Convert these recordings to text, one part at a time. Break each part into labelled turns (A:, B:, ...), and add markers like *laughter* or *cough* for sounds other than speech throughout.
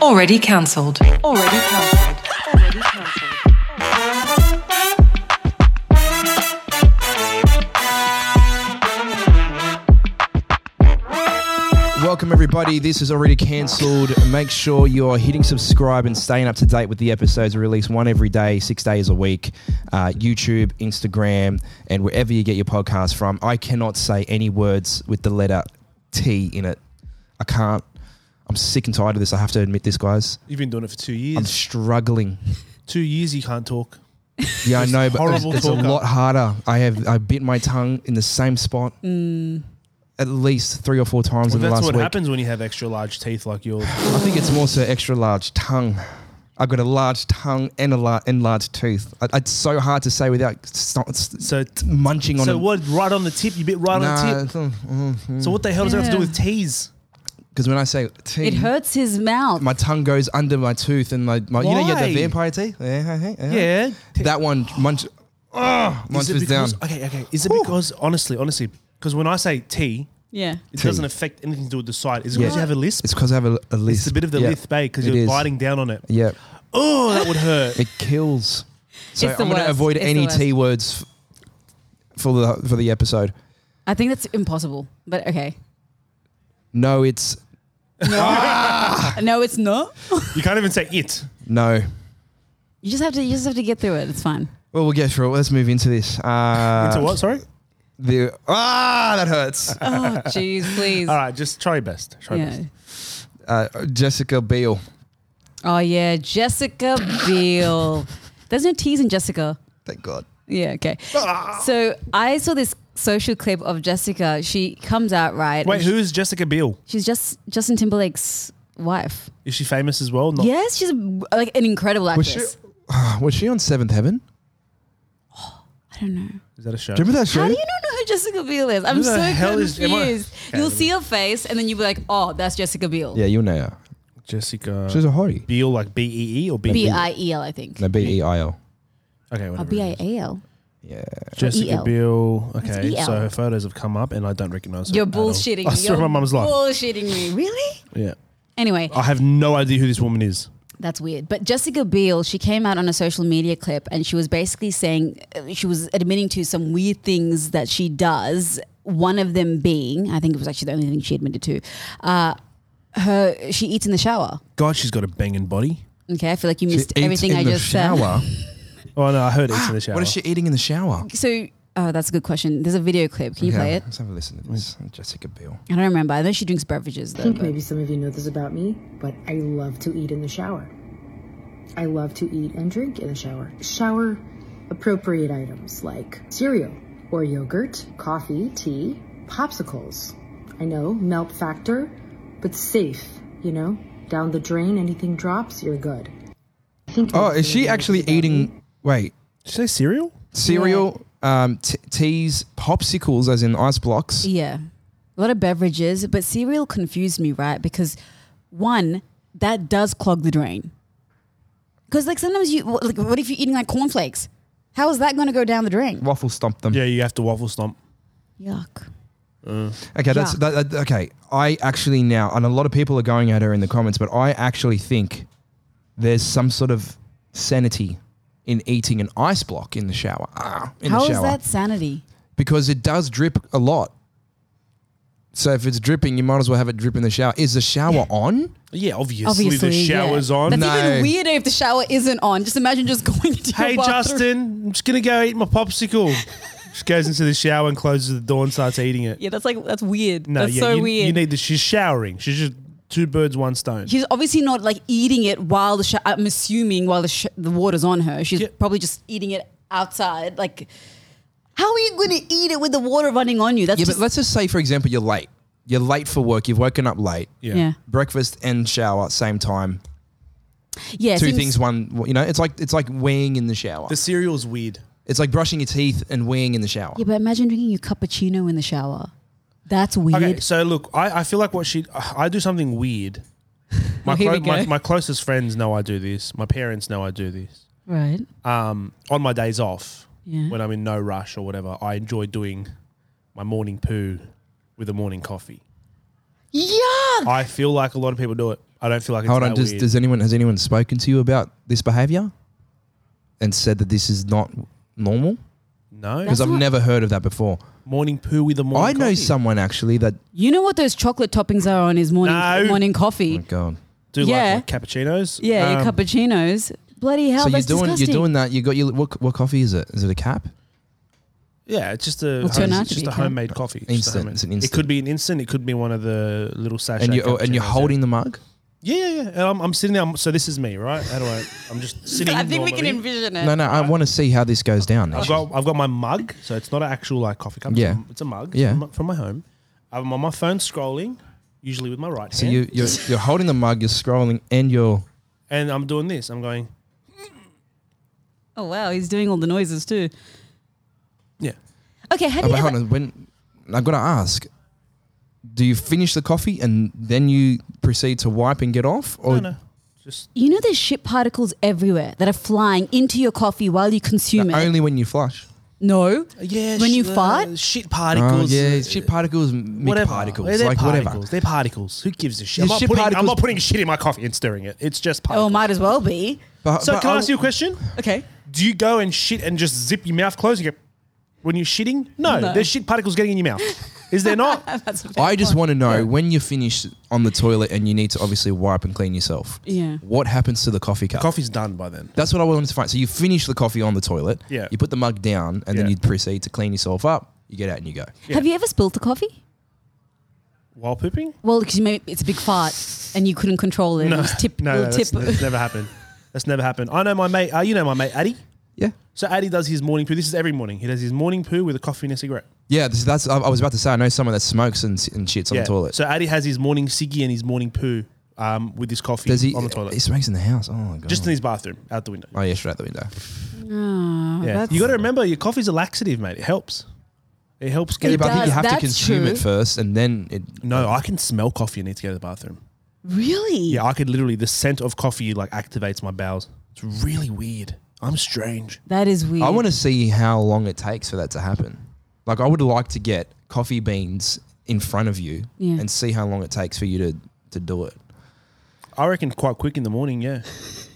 A: Already cancelled. Already cancelled. Already cancelled.
B: Welcome, everybody. This is already cancelled. Make sure you're hitting subscribe and staying up to date with the episodes. We release one every day, six days a week. Uh, YouTube, Instagram, and wherever you get your podcast from. I cannot say any words with the letter T in it. I can't. I'm sick and tired of this. I have to admit this, guys.
C: You've been doing it for two
B: I'm
C: years.
B: struggling.
C: two years you can't talk.
B: Yeah, I
C: Just
B: know, but it's,
C: horrible
B: it's a
C: talker.
B: lot harder. I have I bit my tongue in the same spot at least three or four times
C: Well,
B: in the
C: that's
B: last
C: what
B: week.
C: happens when you have extra large teeth
B: *laughs*
C: like yours.
B: I think it's more so extra large tongue. I've got a large tongue and a large and large tooth. I, it's so hard to say without st- st-
C: So,
B: munching on.
C: so
B: a,
C: what? Right on the tip. You bit right on the tip. So what the hell does that have to do
D: Yeah.
C: with teas?
B: Because mm-hmm. when I say tea,
D: It hurts his mouth.
B: My tongue goes under my tooth, and my, my you know you get the
C: Why?
B: vampire teeth. Yeah, yeah, yeah.
C: Yeah.
B: That one munch. Oh,
C: Is it
B: munches down.
C: because, Okay, okay. Is it because honestly, honestly, because when I say tea,
D: yeah.
C: it
B: Tea.
C: doesn't affect anything to do with the side. Is it
B: Yeah.
C: because you have a lisp?
B: It's because I have a, a lisp.
C: It's a bit of the
B: yeah.
C: lisp, eh? Because
B: It
C: you're
B: is.
C: biting down on it.
B: Yeah,
C: Oh, that would hurt.
B: *laughs* it kills. So
D: It's the
B: I'm going to
D: worst.
B: avoid
D: It's the
B: any
D: worst.
B: T words f- for the for the episode.
D: I think that's impossible. But okay.
B: No, it's
D: No, it's not.
C: you can't even say it.
B: no.
D: You just have to you just have to get through it. It's fine.
B: Well, we'll get through it. Let's move into this. Uh,
C: Into what? Sorry.
B: The ah, that hurts.
D: Oh jeez, please.
C: All right, just try your best. Try your
D: Yeah.
C: best.
B: Uh, Jessica Biel.
D: Oh yeah, Jessica Biel. There's no T's in Jessica.
B: Thank God.
D: Yeah, okay.
C: Ah.
D: So I saw this social clip of Jessica. She comes out right.
C: Wait, who is Jessica Biel?
D: She's just Justin Timberlake's wife.
C: Is she famous as well? Not
D: Yes, she's a, like an incredible
B: Was
D: actress.
B: she, Ah, *sighs* was she on Seventh Heaven?
D: I don't know.
C: Is that a show?
B: Do you remember that show?
D: How do you not know who Jessica Biel is? I'm
C: Who the
D: so
C: hell is-
D: confused.
C: am I- Okay,
D: You'll
C: let me-
D: see her face and then you'll be like, oh, that's Jessica Biel.
B: yeah, you know her.
C: Jessica
B: She's a hottie.
C: Biel, like B E E or B
D: B I E L, I think.
B: No, B E I L.
C: Okay,
D: Or
C: whatever.
D: B I E. A L.
B: Yeah.
C: Jessica
D: EL.
C: Biel.
D: It's
C: Okay,
D: EL.
C: so her photos have come up, and I don't recognize her.
D: E You're
C: at all.
D: bullshitting
C: I
D: me.
C: saw
D: You're
C: my mum's life.
D: Bullshitting me. Really?
C: Yeah,
D: Anyway,
C: I have no idea who this woman is.
D: that's weird. But Jessica Biel, she came out on a social media clip and she was basically saying, uh, she was admitting to some weird things that she does. One of them being, I think it was actually the only thing she admitted to, uh, her she eats in the shower.
C: God, she's got a banging body.
D: Okay, I feel like you missed
B: She eats
D: everything
B: in
D: I
B: the
D: just said.
B: *laughs* shower.
C: Oh no, I heard it's in the shower.
B: what is she eating in the shower?
D: So, oh, that's a good question. There's a video clip. Can you
B: Okay,
D: play it?
B: Let's have a listen to this. Jessica Biel.
D: I don't remember. I know she drinks beverages
C: Hmm.
D: though.
E: think
D: but-
E: maybe some of you know this about me, but I love to eat in the shower. I love to eat and drink in the shower. Shower appropriate items like cereal or yogurt, coffee, tea, popsicles. I know, melt factor, but safe, you know? Down the drain, anything drops, you're good. I think
B: Oh,
E: that's
B: is
E: the
B: she
E: amount
B: actually
E: of-
B: eating? Wait,
C: Did she say cereal?
B: cereal, um, t- teas, popsicles, as in ice blocks.
D: Yeah. A lot of beverages, but cereal confused me, right? Because one, that does clog the drain. Because like sometimes you wh- like what if you're eating like cornflakes? How is that going to go down the drain?
B: Waffle stomp them.
C: Yeah, you have to waffle stomp.
D: Yuck.
B: Okay, that's
D: Yeah.
B: that, that, okay. I actually now, and a lot of people are going at her in the comments, but I actually think there's some sort of sanity in eating an ice block in the shower. Ah, in
D: How
B: the
D: is
B: shower,
D: that sanity?
B: because it does drip a lot. So if it's dripping, you might as well have it drip in the shower. Is the shower on?
C: Yeah, obviously,
D: Obviously,
C: the
D: yeah.
C: shower's on.
D: That's
B: No.
D: even weirder if the shower isn't on. Just imagine just *laughs* going into your
C: hey
D: bathroom.
C: Justin, I'm just gonna go eat my
D: *laughs*
C: popsicle. she goes into the shower and closes the door and starts eating it.
D: Yeah, that's like that's weird. that's
C: yeah,
D: so
C: you,
D: weird.
C: You need this. She's showering. She's just two birds, one stone.
D: She's obviously not like eating it while the sh- I'm assuming while the sh- the water's on her. She's
C: Yeah.
D: probably just eating it outside. Like, how are you going to eat it with the water running on you? That's
B: Yeah, but
D: just,
B: let's just say, for example, you're late. You're late for work. You've woken up late.
C: Yeah.
D: yeah,
B: Breakfast and shower same time.
D: yeah.
B: Two
D: seems-
B: things. One, you know, it's like it's like weighing in the shower.
C: The cereal's weird.
B: It's like brushing your teeth and weighing in the shower.
D: Yeah, but imagine drinking your cappuccino in the shower. That's weird.
C: Okay, so look, I, I feel like what she, I do something
D: *laughs*
C: weird. My,
D: Oh, here we
C: clo- my,
D: go.
C: my closest friends know I do this. My parents know I do this.
D: Right.
C: Um, on my days off,
D: Yeah.
C: when I'm in no rush or whatever, I enjoy doing my morning poo with a morning coffee.
D: Yuck.
C: I feel like a lot of people do it. I don't feel like it's
B: Hold on.
C: that
B: Does,
C: weird.
B: does anyone has anyone spoken to you about this behavior and said that this is not normal?
C: no
B: Because I've
D: not-
B: never heard of that before.
C: morning poo with a
B: I
C: morning.
B: know
C: coffee.
B: someone actually that.
D: You know what those chocolate toppings are on his morning
C: No.
D: morning
B: Oh
D: coffee?
B: God.
C: Do like,
D: Yeah.
C: like cappuccinos?
D: Yeah, your
C: Um,
D: cappuccinos. Bloody hell,
B: so you're
D: that's
B: doing
D: disgusting.
B: you're doing that. You got your what? What coffee is it? Is it a cap?
C: Yeah, it's just a
D: Will turn
C: home-
D: out
C: it's
D: to
C: just
D: be
C: a
D: cap-
C: homemade coffee. It's just a
B: Instant,
C: homemade-
B: it's an instant.
C: It could be an instant. It could be one of the little sachet.
B: And you oh, and you're
C: cappuccinos,
B: holding the mug.
C: Yeah, yeah, yeah. And I'm, I'm sitting there. I'm, so this is me, right? How do I? I'm *laughs* just sitting.
D: I think we can
C: normally.
D: envision it.
B: No, no. I want to see how this goes down.
C: I've got I've got my mug, so it's not an actual like coffee cup.
B: Yeah.
C: it's a, it's a mug.
B: Yeah.
C: from, from my home. I'm on my phone scrolling, usually with my right
B: So
C: hand,
B: you, you're you're holding the mug. You're scrolling and you're.
C: and I'm doing this. I'm going,
D: Oh wow, he's doing all the noises too.
C: yeah.
D: Okay, how
B: Oh,
D: do you?
B: but hold
D: Ever,
B: on. When I've got to ask, do you finish the coffee and then you proceed to wipe and get off, or
C: No, no, just
D: you know, there's shit particles everywhere that are flying into your coffee while you consume it.
B: only when you flush?
D: no,
C: yeah.
D: When
C: sh-
D: you
C: uh,
D: fart?
C: shit
B: Oh,
C: particles.
B: yeah,
C: uh,
B: shit particles, mick
C: whatever.
B: particles,
C: They're
B: like
C: particles.
B: whatever.
C: They're particles. Who gives a shit? I'm
B: It's
C: not,
B: shit
C: putting, I'm
B: particles.
C: not putting shit in my coffee and stirring it. It's just
D: oh,
C: particles.
D: might as well be.
B: But,
C: so
B: but
C: can I
B: I'll-
C: ask you a question?
D: Okay,
C: Do you go and shit and just zip your mouth closed? You go when you're shitting? No,
D: No.
C: there's shit particles getting in your mouth. Is there
D: *laughs*
C: not?
D: that's a fair
B: I just
D: point.
B: want to know when you're finished on the toilet and you need to obviously wipe and clean yourself.
D: Yeah.
B: What happens to the coffee cup?
C: Coffee's done by then.
B: That's what I wanted to find. So you finish the coffee on the toilet.
C: Yeah.
B: You put the mug down and then
C: Yeah.
B: you proceed to clean yourself up. You get out and you go.
D: Have you ever spilt the coffee?
C: While pooping?
D: Well, because maybe it's a big fart and you couldn't control it. No, tip,
C: No,
D: little
C: no, that's,
D: tip. *laughs*
C: that's never happened. That's never happened. I know my mate. Uh, you know my mate Addy.
B: Yeah.
C: So Addy does his morning poo. This is every morning. He does his morning poo with a coffee and a cigarette.
B: Yeah. This, that's. I, I was about to say. I know someone that smokes and, s- and shits on the toilet.
C: So Addy has his morning ciggy and his morning poo um, with his coffee
B: Does he?
C: on the toilet.
B: He smokes in the house. Oh my god.
C: just in his bathroom, out the window.
B: Oh yeah, straight out the window.
D: Oh,
C: Yeah.
D: that's-
C: You got to remember, your coffee's a laxative, mate. It helps. It helps get
B: Yeah,
C: you
B: but I think
D: does,
B: you have to
D: that's
B: consume
D: true.
B: it first, and then it.
C: No, I can smell coffee and need to go to the bathroom.
D: really?
C: Yeah, I could literally the scent of coffee like activates my bowels. It's really weird. I'm strange.
D: That is weird.
B: I want to see how long it takes for that to happen. Like I would like to get coffee beans in front of you
D: Yeah.
B: and see how long it takes for you to to do it.
C: I reckon quite quick in the morning, yeah.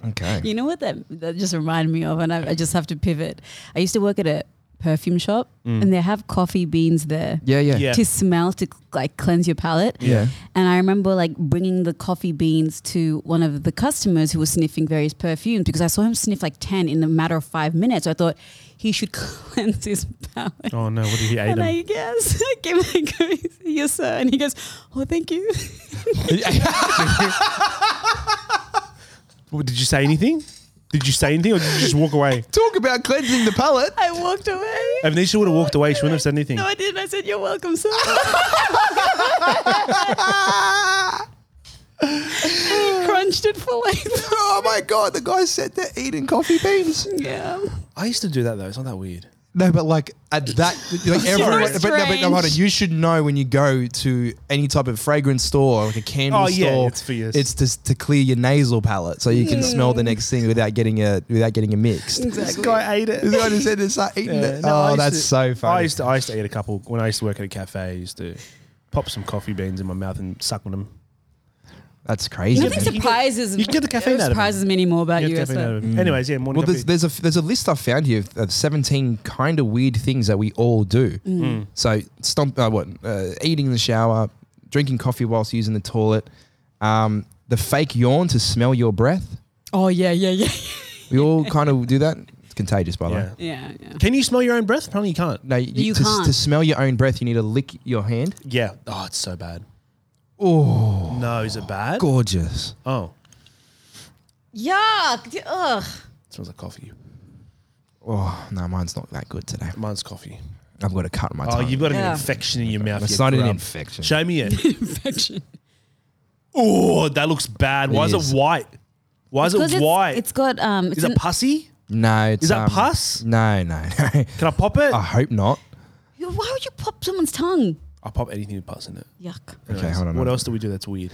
B: Okay.
D: You know what that that just reminded me of, and I, I just have to pivot. I used to work at a perfume shop, and they have coffee beans there
B: Yeah, yeah,
C: Yeah.
D: to smell to like cleanse your palate.
B: Yeah.
D: And I remember like bringing the coffee beans to one of the customers who was sniffing various perfumes because I saw him sniff like ten in a matter of five minutes. So I thought he should *laughs* cleanse his palate.
C: Oh no, what did he eat
D: And
C: them?
D: I guess *laughs* I came and I go, yes, sir. And he goes, oh, thank you. *laughs*
C: Well, Did you say anything? Did you say anything, or did you just walk away?
B: Talk about cleansing the palate.
D: I walked away.
C: Avnisha would have walked away. She wouldn't have said anything.
D: No, I didn't. I said, you're
C: *laughs*
D: welcome, sir. *laughs* he crunched it for like, *laughs*
B: oh my god, the guy said they're eating coffee beans.
D: yeah.
C: I used to do that though. It's not that weird.
B: No, but like at
C: *laughs*
B: that, like everyone. But no, but no, hold on.
D: strange.
B: You should know when you go to any type of fragrance store, like a candle
C: Oh, yeah,
B: store.
C: it's for your-
B: It's just to clear your nasal palate, so you can smell the next thing without getting a without getting a mixed.
C: This guy ate it.
B: This guy just said it's like eating
C: Yeah,
B: it.
C: no, I
B: oh,
C: used
B: that's
C: to-
B: so funny.
C: I used to I used to eat a couple when I used to work at a cafe. I used to pop some coffee beans in my mouth and suck on them.
B: that's crazy.
D: Nothing
C: You can get-
D: surprises
C: you can get the caffeine out of it.
D: surprises me anymore about
C: Yeah,
D: you.
C: caffeine
D: so-
C: out of them. Anyways, yeah, morning
B: Mm. Well,
C: coffee.
B: there's, there's a there's a list I found here of- of 17 kind of weird things that we all do.
D: Mm.
B: So stomp, uh, what uh, eating in the shower, drinking coffee whilst using the toilet, um, the fake yawn to smell your breath.
D: Oh, yeah, yeah, yeah.
B: We
D: *laughs*
B: all kind of do that. It's contagious, by the way.
C: *laughs* yeah.
D: Yeah, yeah.
C: Can you smell your own breath? Apparently you can't.
B: No, you,
D: You
B: to,
D: can't.
B: to smell your own breath, you need to lick your hand.
C: Yeah. Oh, it's so bad.
B: Oh,
C: No, is it bad?
B: gorgeous.
C: Oh,
D: Yuck. Ugh.
C: it smells like coffee.
B: Oh no, mine's not that good today.
C: Mine's coffee.
B: I've got a cut in my
C: Oh,
B: tongue.
C: you've got an
D: Yeah.
C: infection in your mouth.
B: it's
C: you
B: not an
C: grub.
B: infection.
C: Show
B: *laughs*
C: me it.
D: *laughs* Infection.
C: oh, that looks bad. Why
B: It
C: is
B: is.
C: it white? Why is
D: Because
C: it
D: it's,
C: white?
D: it's got, um, it's
C: is it
D: an,
C: pussy?
B: no, it's,
C: Is that
B: um, Ah.
C: pus?
B: No, no. *laughs*
C: Can I pop it?
B: I hope not.
D: why would you pop someone's tongue?
C: I'll pop anything with pus in it.
D: Yuck.
B: Okay, hold on.
C: What else do we do that's weird?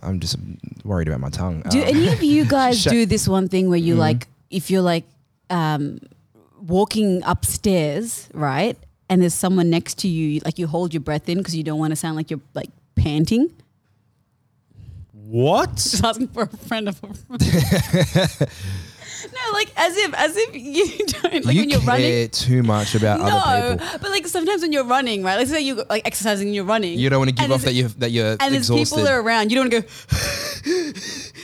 B: I'm just worried about my tongue.
C: Oh.
D: Do
B: Um,
D: any
C: *laughs*
D: of you guys
B: Shut-
D: do this one thing where you
C: Mm.
D: like, if you're like um, walking upstairs, right, and there's someone next to you, like you hold your breath in because you don't want to sound like you're like panting.
C: What?
D: *laughs* just asking for a friend of a
C: *laughs*
D: friend. *laughs* no, like as if as if you *laughs* don't like when
B: you
D: you're
B: care
D: running.
B: too much about other
D: No,
B: people.
D: but like sometimes when you're running, right? Let's say you're like exercising and you're running.
B: You don't want to give
D: and
B: off that
D: there's-
B: you that you're
D: and there's
B: exhausted.
D: people are around. You don't want to go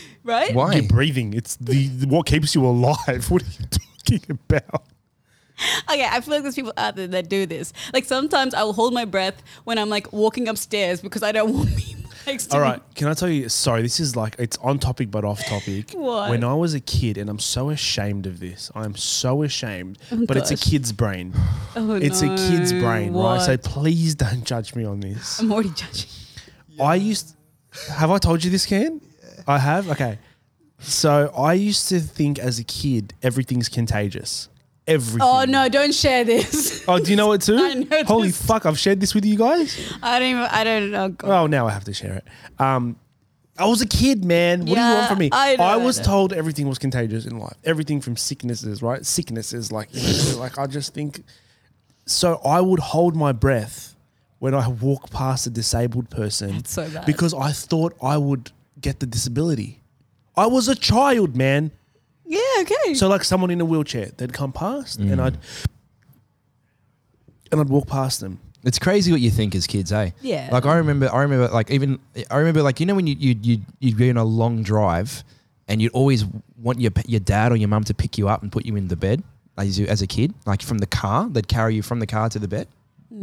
D: *laughs* right.
B: Why?
C: You're breathing. It's the what keeps you alive. *laughs* What are you talking about?
D: Okay, I feel like there's people out there that do this. Like sometimes I will hold my breath when I'm like walking upstairs because I don't *laughs* want people next to
C: All
D: me.
C: right, can I tell you? Sorry, this is like it's on topic but off topic.
D: *laughs* What?
C: When I was a kid, and I'm so ashamed of this. I'm so ashamed, but it's a
D: Oh gosh.
C: kid's brain.
D: *sighs* Oh,
C: it's a kid's
D: no.
C: brain, right? So
D: What? Um,
C: please don't judge me on this.
D: I'm already judging.
C: I used. Have I told you this, Can? I have. Okay. So I used to think as a kid everything's contagious. Everything.
D: Oh no! Don't share this.
C: *laughs* Oh, do you know it too?
D: *laughs* I know
C: Holy
D: this.
C: fuck! I've shared this with you guys.
D: I don't. Even, I don't know. God.
C: Oh, now I have to share it. Um, I was a kid, man. What do you want
D: Yeah,
C: from me?
D: I know,
C: was
D: I know.
C: told everything was contagious in life. Everything from sicknesses, right? Sicknesses, like, like I just think. So I would hold my breath when I walk past a disabled person
D: so bad.
C: because I thought I would get the disability. I was a child, man.
D: Yeah. Okay.
C: So like someone in a wheelchair, they'd come past, and I'd and I'd walk past them.
B: It's crazy what you think as kids, eh?
D: Yeah.
B: Like I remember, I remember, like even I remember, like you know when you you you you'd be on a long drive, and you'd always want your pa- your dad or your mum to pick you up and put you in the bed like as you as a kid, like from the car. They'd carry you from the car to the bed.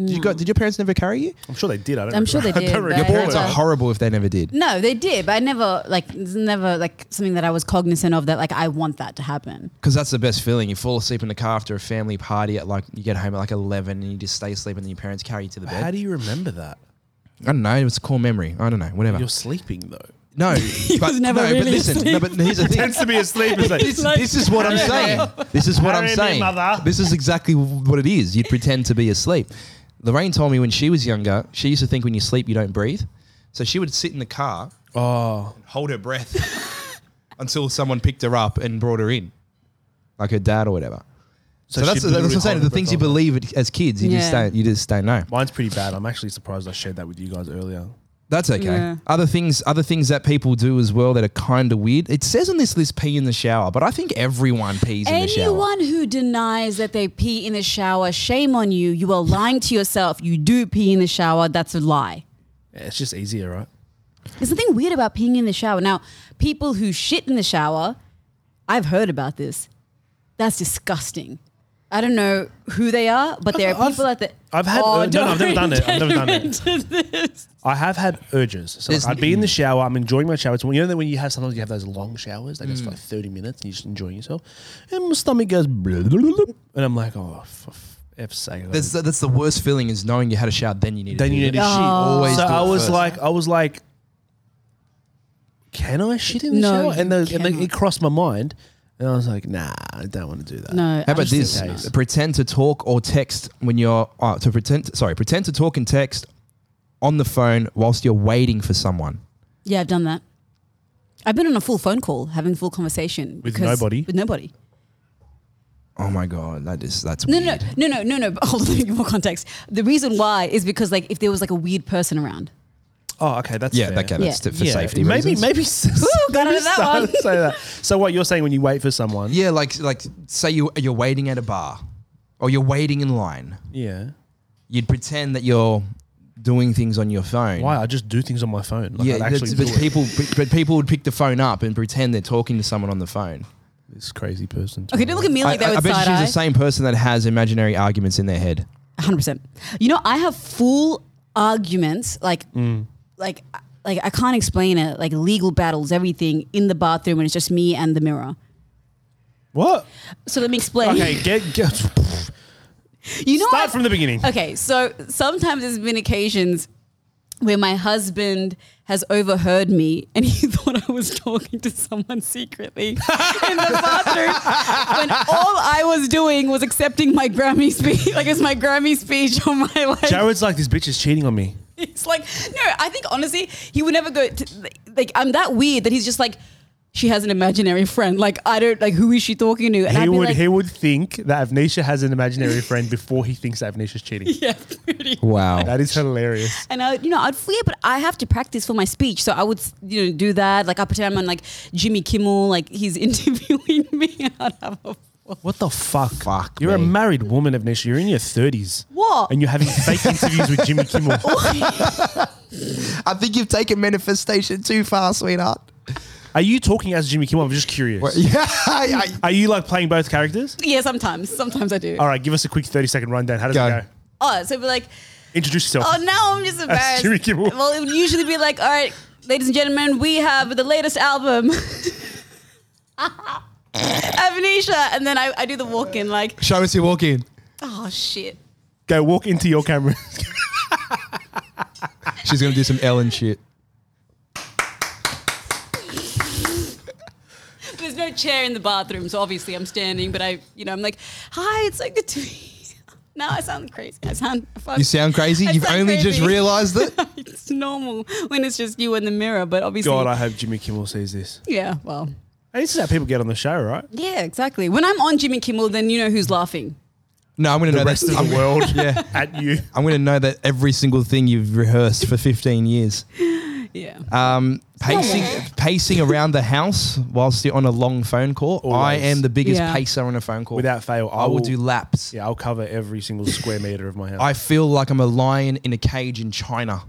B: Did you got? Did your parents never carry you?
C: I'm sure they did. I don't.
D: I'm sure they
C: *laughs* I
D: did,
C: don't
D: but-
B: Your
C: recall
B: parents
C: it.
B: are
D: Yeah.
B: horrible if they never did.
D: No, they did, but I never like it's never like something that I was cognizant of that like I want that to happen.
B: Because that's the best feeling. You fall asleep in the car after a family party at like you get home at like eleven and you just stay asleep and then your parents carry you to the bed.
C: How do you remember that?
B: I don't know. It was a core memory. I don't know. Whatever.
C: You're sleeping though.
D: *laughs*
B: no, but
D: was never
B: no, but
D: really
B: listen. No,
D: asleep.
B: but here's the
D: *laughs*
B: thing.
C: to be asleep. It's like,
B: This, this is what I'm saying. This is what I'm
C: Marry me,
B: saying.
C: mother.
B: This is exactly what it is. You'd pretend to be asleep. Lorraine told me when she was younger, she used to think when you sleep you don't breathe. So she would sit in the car,
C: oh,
B: and hold her breath *laughs* until someone picked her up and brought her in, like her dad or whatever. So, that's, that's what I'm saying. The things you believe it- as kids, you just
D: Yeah.
B: don't you just don't know.
C: *laughs* Mine's pretty bad. I'm actually surprised I shared that with you guys earlier.
B: That's okay.
D: Yeah.
B: Other things, other things that people do as well that are kind of weird. It says on this list, pee in the shower, but I think everyone pees in the shower.
D: Anyone who denies that they pee in the shower, shame on you. You are lying to yourself. You do pee in the shower. That's a lie.
C: Yeah, it's just easier, right?
D: There's something weird about peeing in the shower. Now, people who shit in the shower, I've heard about this. That's disgusting. I don't know who they are, but there are
C: I've-
D: people out there. Oh,
C: I've had- uh, no, no, I've never done it. I've never
D: *laughs*
C: done it.
D: it.
C: I have had urges. So like,
B: There's-
C: I'd be in the shower. I'm enjoying my shower. It's when you know that when you have sometimes you have those long showers, they just like 30 minutes, and you're just enjoying yourself. And my stomach goes, *laughs* and I'm like, oh, for f sake.
B: That's the, that's the worst feeling is knowing you had a shower, then you need to
C: then
B: pee.
C: you need to
D: Oh.
C: shit.
B: Always
C: so
B: do it
C: I was
B: first.
C: like, I was like, can I shit in the
D: No,
C: shower? And,
D: you
C: those, and then
D: cannot.
C: it crossed my mind, and I was like, nah, I don't want to do that.
D: No.
B: How about
D: absolutely
B: this?
D: not.
B: Pretend to talk or text when you're uh, to pretend. Sorry, pretend to talk and text on the phone whilst you're waiting for someone.
D: Yeah, I've done that. I've been on a full phone call, having full conversation
C: With
D: because-
C: nobody?
D: With nobody.
B: Oh my god, that is that's
D: No,
B: weird.
D: no, no, no, no, no. but *laughs* Hold on, let me give more context. The reason why is because like if there was like a weird person around.
C: Oh, okay, that's
B: Yeah,
C: fair.
B: that, okay, that's
D: Yeah.
B: for safety
C: Maybe,
B: reasons.
C: maybe. Ooh,
D: got out of
C: *laughs*
D: that one.
C: Say that. So what you're saying when you wait for someone?
B: Yeah, like like say you you're waiting at a bar, or you're waiting in line.
C: Yeah.
B: You'd pretend that you're doing things on your phone.
C: Why? I just do things on my phone. Like
B: Yeah,
C: I'd
B: that's-
C: actually
B: but
C: do it.
B: people but, but people would pick the phone up and pretend they're talking to someone on the phone.
C: This crazy person.
D: Okay, don't look at me like
B: I, I-
D: that
B: I
D: with
B: bet
D: side
B: she's the
D: eye.
B: same person that has imaginary arguments in their head.
D: Hundred percent. You know, I have full arguments like,
B: Mm.
D: like, like I can't explain it. Like legal battles, everything in the bathroom, and it's just me and the mirror.
C: What?
D: So let me explain.
C: Okay, get get.
D: *laughs* you know,
C: Start
D: I-
C: from the beginning.
D: Okay, so sometimes there's been occasions where my husband has overheard me and *laughs* he thought I was talking to someone secretly in the bathroom when all I was doing was accepting my Grammy speech. Like it's my Grammy speech on my like.
C: Jared's like this bitch is cheating on me.
D: It's like no, I think honestly he would never go. To, like I'm that weird that he's just like. she has an imaginary friend. Like I don't like who is she talking to? And I'd
C: He
D: be
C: would
D: like,
C: he would think that Avnisha has an imaginary friend before he thinks that Avnisha's cheating.
D: yeah, pretty.
B: Wow.
C: That is hilarious.
D: And I, you know, I'd yeah, but I have to practice for my speech, so I would, you know, do that. Like I pretend I'm on like Jimmy Kimmel, like he's *laughs* interviewing me, *laughs* and I'd have a
C: What the fuck?
B: Fuck
C: You're a
B: me.
C: married woman, Avnisha. You're in your thirties.
D: What?
C: And you're having fake interviews with Jimmy Kimmel.
B: I think you've taken manifestation too far, sweetheart.
C: Are you talking as Jimmy Kimmel? I'm just curious.
B: *laughs* Yeah. I, I-
C: Are you like playing both characters?
D: yeah. Sometimes, sometimes I do.
C: All right, give us a quick 30 second rundown. How does
B: Go.
C: it go?
D: Oh, so it'd be like,
C: Introduce yourself.
D: oh, now I'm just embarrassed.
C: Jimmy Kimmel.
D: Well, it would usually be like, all right, ladies and gentlemen, we have the latest album. *laughs* Avnisha, and then I, I do the walk in, like,
B: show us your walk in.
D: oh shit.
C: Go walk into
B: *laughs*
C: your camera.
B: She's going to do some *laughs* Ellen shit.
D: There's no chair in the bathroom, so obviously I'm standing, but I, you know, I'm like, hi, it's so good to be. *laughs* Now I sound crazy. I sound.
B: You sound crazy.
D: I
B: You've
D: sound
B: only just
D: crazy.
B: realized it.
D: it's normal when it's just you in the mirror, but obviously.
C: God, I hope Jimmy Kimmel sees this.
D: yeah, well.
C: And this is how people get on the show, right?
D: Yeah, exactly. When I'm on Jimmy Kimmel, then you know who's laughing.
B: No, I'm going to know
C: The rest
B: that.
C: of the
B: I'm,
C: world
B: *laughs* yeah.
C: at you.
B: I'm going to know that every single thing you've rehearsed for 15 years.
D: Yeah.
B: Um, pacing, pacing around the house whilst you're on a long phone call.
C: Always.
B: I am the biggest
D: Yeah.
B: pacer on a phone call.
C: Without fail, I
B: I will
C: will-
B: do laps.
C: Yeah, I'll cover every single square meter of my house.
B: I feel like I'm a lion in a cage in China,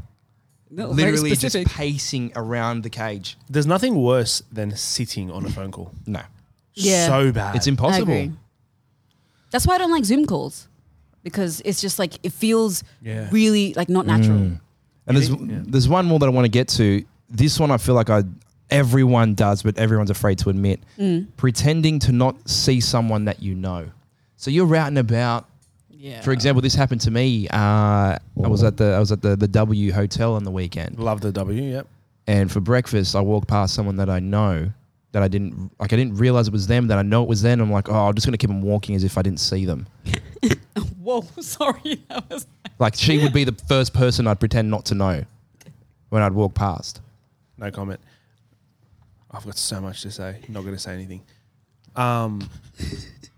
D: No, *laughs* very
B: literally just
D: specific.
B: pacing around the cage.
C: There's nothing worse than sitting on a phone call.
B: No,
D: Yeah.
C: So bad.
B: it's impossible.
D: I agree. That's why I don't like Zoom calls because it's just like it feels
C: Yeah.
D: really like not natural.
B: Mm. And there's there's one more that I want to get to. This one I feel like I everyone does, but everyone's afraid to admit.
D: Mm.
B: Pretending to not see someone that you know. So you're out and about.
D: Yeah.
B: For example, this happened to me. Uh, I was at the I was at the, the W hotel on the weekend,
C: Love the W, yep.
B: and for breakfast I walked past someone that I know that I didn't like. I didn't realize it was them. That I know it was them. I'm like, oh, I'm just gonna keep on walking as if I didn't see them.
D: Whoa, *laughs* sorry. That was
B: Like she would be the first person I'd pretend not to know when I'd walk past.
C: No comment. I've got so much to say. Not going to say anything.
B: *laughs*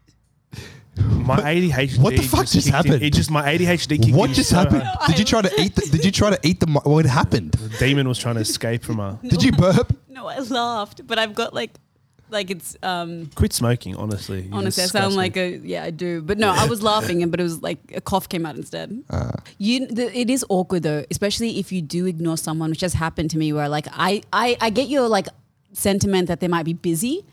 C: Um, my ADHD.
B: What the fuck just
C: kicked in.
B: happened?
C: It just my ADHD. Kicked
B: What
C: in
B: just
C: so
B: happened?
C: hard.
B: Did you try to eat? The, did you try to eat the? mi- What happened?
C: The demon was trying to escape from her.
B: Did you
D: *laughs*
B: burp?
D: No, I laughed, but I've got like like it's um
C: Quit smoking, honestly. You're
D: honestly I sound
C: disgusting.
D: like a yeah, I do. But no, I was laughing and but it was like a cough came out instead.
B: Uh.
D: You the, it is awkward though, especially if you do ignore someone, which has happened to me where like I I, I get your like sentiment that they might be busy.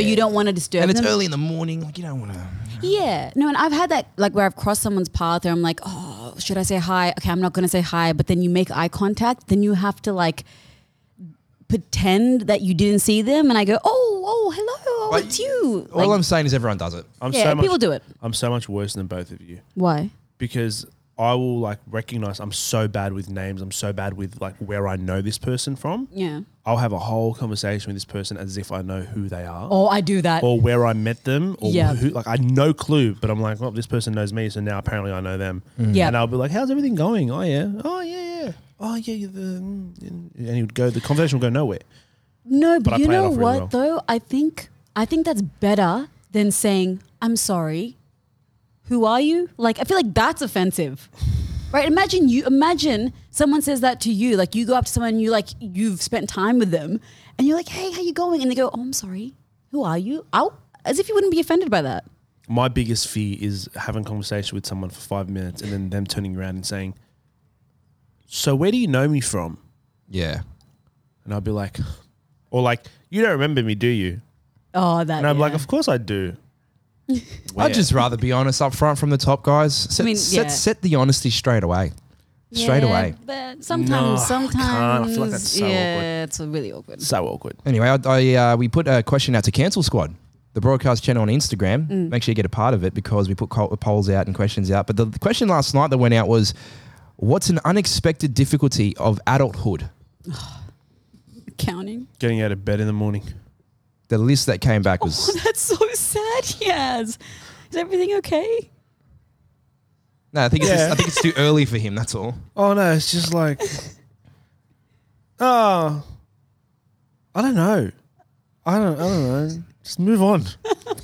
B: Yeah.
D: you don't want to disturb
B: And it's
D: them.
B: early in the morning. Like you don't want to.
D: Yeah. No, and I've had that like where I've crossed someone's path and I'm like, oh, should I say hi? Okay, I'm not gonna say hi, but then you make eye contact, then you have to like pretend that you didn't see them and I go, Oh, oh, hello, oh,
B: Like,
D: it's you.
B: All
D: Like,
B: I'm saying is everyone does it.
C: I'm
D: yeah,
C: so much,
D: people do it.
C: I'm so much worse than both of you
D: Why?
C: because I will like recognize I'm so bad with names. I'm so bad with like where I know this person from.
D: Yeah.
C: I'll have a whole conversation with this person as if I know who they are.
D: Oh, I do that.
C: or where I met them, or
D: Yeah.
C: who, like I had no clue, but I'm like, well, this person knows me, so now apparently I know them.
D: Mm. Yeah.
C: and I'll be like, how's everything going? Oh yeah, oh yeah, yeah, oh yeah. You're the, mm, mm." and he would go. The conversation would go nowhere.
D: No, but,
C: I
D: you
C: play it
D: know
C: off really
D: what
C: well.
D: though? I think I think that's better than saying I'm sorry. Who are you? Like I feel like that's offensive. Right? Imagine you imagine someone says that to you. Like you go up to someone you like you've spent time with them and you're like, "Hey, how you going?" and they go, "Oh, I'm sorry. Who are you?" Ow. As if you wouldn't be offended by that.
C: My biggest fear is having a conversation with someone for five minutes and then them turning around and saying, "So where do you know me from?"
B: Yeah.
C: And I'll be like, or like, you don't remember me, do you?
D: Oh, that.
C: And I'm
D: yeah.
C: like, of course I do. Where?
B: I'd just rather be honest up front from the top, guys. Set,
D: mean, yeah.
B: set, set the honesty straight away. Straight
D: Yeah,
B: away.
D: But
C: No,
D: sometimes
C: I can't.
D: sometimes
C: I feel like that's so
D: yeah,
C: awkward.
D: it's really awkward.
C: so awkward.
B: Anyway, I, I, uh, we put a question out to Cancel Squad, the broadcast channel on Instagram.
C: Mm.
B: Make sure you get a part of it because we put col- polls out and questions out. But the, the question last night that went out was, "What's an unexpected difficulty of adulthood?"
D: Counting.
C: Getting out of bed in the morning.
B: The list that came back
C: *laughs*
D: Oh,
B: was
D: *laughs* that's so sad. Yes. Is everything okay?
B: no. I think it's just-
C: Yeah.
B: I think it's too early for him. That's all.
C: Oh no, it's just
D: *laughs*
C: like, oh, I don't know. I don't. I don't know. Just move *laughs* on.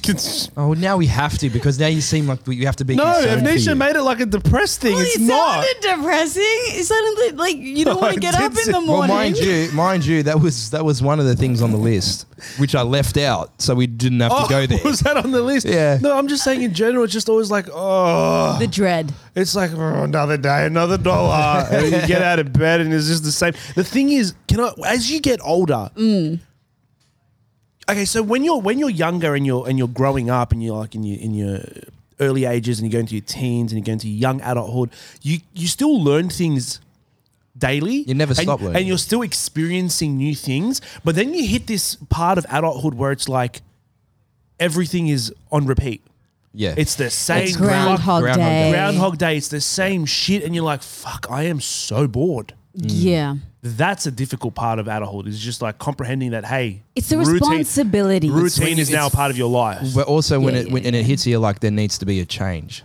B: Oh, well, now we have to because now you seem like you have to be.
C: no,
B: concerned for you.
C: Avnisha made it like a depressed thing.
D: Well,
C: it's
D: it
C: not.
D: sounded depressing. It sounded like you don't
C: No, *laughs*
D: want to
C: it
D: get up
C: did
D: in the
C: sound-
B: Well,
D: morning.
B: mind you, mind you, that was that was one of the things on the list which I left out, so we didn't have
C: *laughs*
B: to go there.
C: Oh, Was that on the list? *laughs*
B: Yeah.
C: No, I'm just saying in general, it's just always like, oh,
D: the dread.
C: it's like oh, another day, another dollar.
B: *laughs*
C: and you get out of bed and it's just the same. The thing is, can I? As you get older.
B: Mm.
C: Okay, so when you're when you're younger and you're and you're growing up and you're like in your in your early ages and you go into your teens and you go into your young adulthood, you you still learn things daily.
B: You never
C: and-
B: stop learning.
C: and you're still experiencing new things. But then you hit this part of adulthood where it's like everything is on repeat.
B: yeah,
C: It's the same
D: It's
C: ground-
D: Groundhog,
B: Groundhog Day.
D: Day.
C: Groundhog Day. It's the same shit, and you're like, "Fuck, I am so bored."
D: Yeah.
C: That's a difficult part of adulthood. Is just like comprehending that. Hey,
D: It's the responsibility.
C: Routine is
B: It's-
C: now a part of your life.
B: but also when
D: Yeah,
B: it
D: yeah,
B: when, and it hits you like there needs to be a change,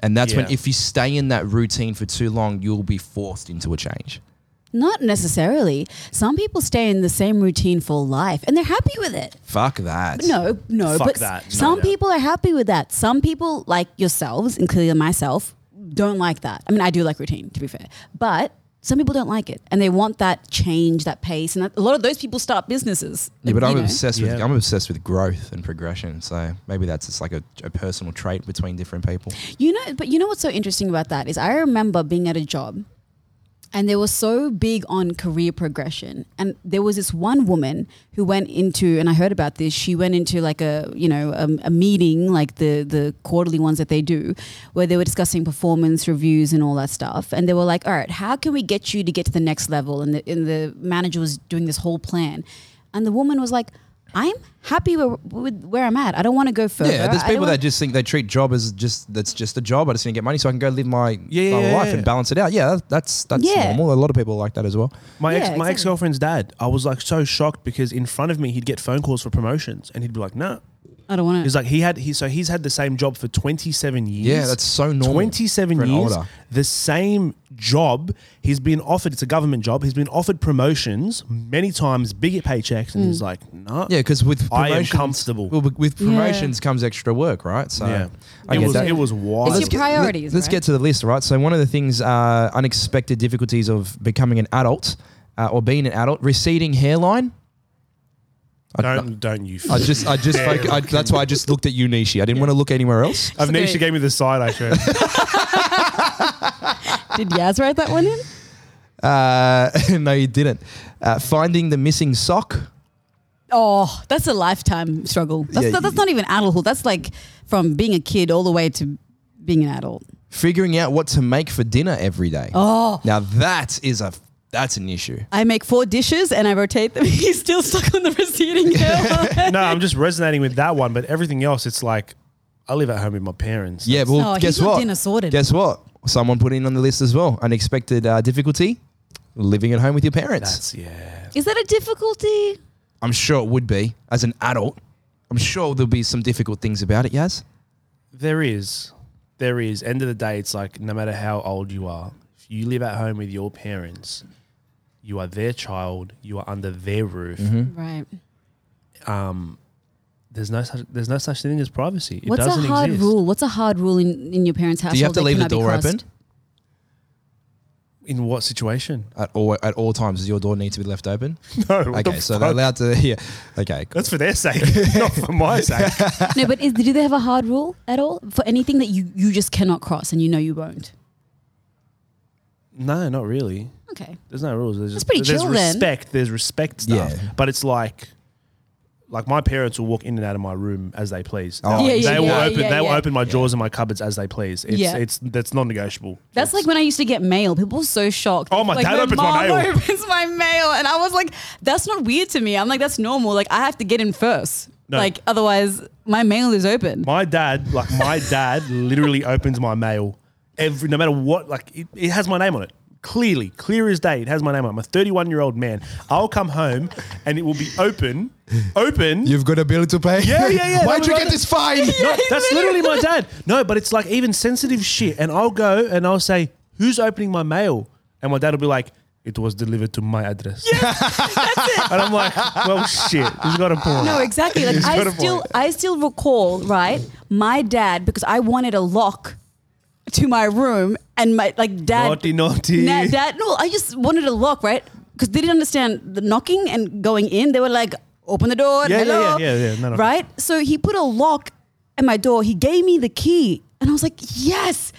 B: and that's when
C: Yeah.
B: if you stay in that routine for too long, you'll be forced into a change.
D: Not necessarily. Some people stay in the same routine for life and they're happy with it.
B: Fuck that.
D: No, no.
C: Fuck
D: but
C: that. No,
D: some
C: no.
D: people are happy with that. Some people, like yourselves, including myself, don't like that. I mean, I do like routine, to be fair, but some people don't like it and they want that change, that pace, and that, a lot of those people start businesses.
B: Yeah, but
D: you
B: I'm
D: know.
B: obsessed with
C: Yeah.
B: I'm obsessed with growth and progression. So maybe that's just like a, a personal trait between different people.
D: You know, but you know what's so interesting about that is I remember being at a job and they were so big on career progression. And there was this one woman who went into, and I heard about this, she went into like a, you know, um, a meeting, like the, the quarterly ones that they do, where they were discussing performance reviews and all that stuff. And they were like, all right, how can we get you to get to the next level? And the, and the manager was doing this whole plan. And the woman was like, I'm happy with, with where I'm at. I don't want to go further.
B: Yeah, there's
D: I don't
B: people
D: wanna-
B: that just think they treat job as just that's just a job. I just need to get money so I can go live my,
C: Yeah,
B: my
C: yeah,
B: life
C: yeah.
B: and balance it out. Yeah, that, that's that's
D: Yeah.
B: normal. A lot of people like that as well.
C: My
D: Yeah,
C: ex, my
D: exactly.
C: ex girlfriend's dad. I was like so shocked because in front of me he'd get phone calls for promotions, and he'd be like, "No."
D: I don't want to.
C: He's like he had he so he's had the same job for 27 years.
B: Yeah, that's so normal
C: 27
B: for an
C: years.
B: older.
C: The same job he's been offered. It's a government job. He's been offered promotions many times, bigger paychecks, and
D: Mm.
C: he's like, "No."
B: Yeah, because with
C: I am
B: promotions-
C: comfortable.
B: Well, with- with promotions comes extra work, right? So
C: Yeah.
B: Uh, I
C: it
B: get
C: was
B: that.
C: it was wild.
D: It's your
B: let-
D: priorities,
B: Let's
D: right?
B: get to the list, right? So one of the things, uh, unexpected difficulties of becoming an adult uh, or being an adult, receding hairline.
C: don't don't you.
B: I just,
C: *laughs*
B: I just, foc- I, that's why I just looked at you, Nishi. I didn't want to look anywhere else.
C: Avnisha gave me the side
B: *laughs*
C: eye. Sharon.
D: Did Yaz write that one in?
B: Uh, *laughs* no, you didn't. Uh, finding the missing sock.
D: Oh, that's a lifetime struggle. That's,
B: Yeah,
D: not, that's not even adulthood. That's like from being a kid all the way to being an adult.
B: Figuring out what to make for dinner every day. Oh, now that is a that's an issue.
D: I make four dishes and I rotate them. *laughs* He's still stuck on the
B: *laughs*
D: receding hairline.
C: no, I'm just resonating with that one, but everything else, it's like I live at home with my parents.
B: Yeah, well,
D: No, he's
B: guess
D: got
B: what?
D: dinner sorted.
B: Guess what? Someone put in on the list as well. Unexpected uh, difficulty living at home with your parents.
C: That's yeah.
D: Is that a difficulty?
B: I'm sure it would be as an adult. I'm sure there'll be some difficult things about it, Yaz.
C: There is. There is. End of the day, it's like no matter how old you are, if you live at home with your parents, you are their child, you are under their roof.
B: Mm-hmm.
D: Right.
C: There's no such there's no such thing as privacy. It
D: What's a
C: doesn't
D: hard
C: exist.
D: rule? What's a hard rule in, in your parents' house?
B: Do you have to leave the door open
C: In
B: *laughs*
C: what situation?
B: at all at all times? Does your door need to be left
C: *laughs*
B: open?
C: No.
B: Okay, so they're allowed to. *laughs* Yeah. Okay. cool.
C: that's for their sake, not for
B: *laughs*
C: my sake.
D: *laughs* no, but is, do they have a hard rule at all for anything that you, you just cannot cross and you know you won't?
C: No, not really.
D: Okay.
C: There's no rules. There's just
D: pretty
C: there's
D: chill then.
C: respect. There's respect stuff.
B: Yeah.
C: But it's like like my parents will walk in and out of my room as they please.
B: Oh, Yeah,
C: They- they
B: yeah,
C: will
D: yeah,
C: open
D: yeah,
C: they will
D: yeah.
C: open my drawers and my cupboards as they please. It's
D: Yeah.
C: it's that's non negotiable.
D: That's like when I used to get mail. People were so shocked.
C: Oh, my
D: like,
C: dad opens my
D: mom
C: mail.
D: opens my mail, and I was like, "That's not weird to me." I'm like, "That's normal." Like I have to get in first.
C: No.
D: Like otherwise, my mail is open.
C: my dad, like my dad literally opens my mail every no matter what, like it, it has my name on it. Clearly, clear as day, it has my name on it. I'm a 31 year old man. I'll come home and it will be open. Open
B: You've got a bill to pay.
C: Yeah, yeah,
B: *laughs*
C: yeah.
B: Why'd you get
C: That was right.
B: this
C: *laughs*
B: fine?
C: No,
D: *laughs*
C: that's literally my dad. No, but it's like even sensitive shit. And I'll go and I'll say, Who's opening my mail? And my dad will be like, it was delivered to my address. *laughs* and I'm like, well, shit, he's got a point. *laughs*
D: No, exactly. Like
C: He's got
D: I
C: a
D: still,
C: point.
D: I still recall, right? My dad, because I wanted a lock to my room, and my like dad,
C: Naughty, naughty.
D: Na- dad. No, I just wanted a lock, right? Because they didn't understand the knocking and going in. They were like, "Open the
C: Yeah,
D: door,
C: yeah, yeah,
D: hello,"
C: yeah, yeah. No, no.
D: right? So he put a lock at my door. He gave me the key, and I was like, "Yes."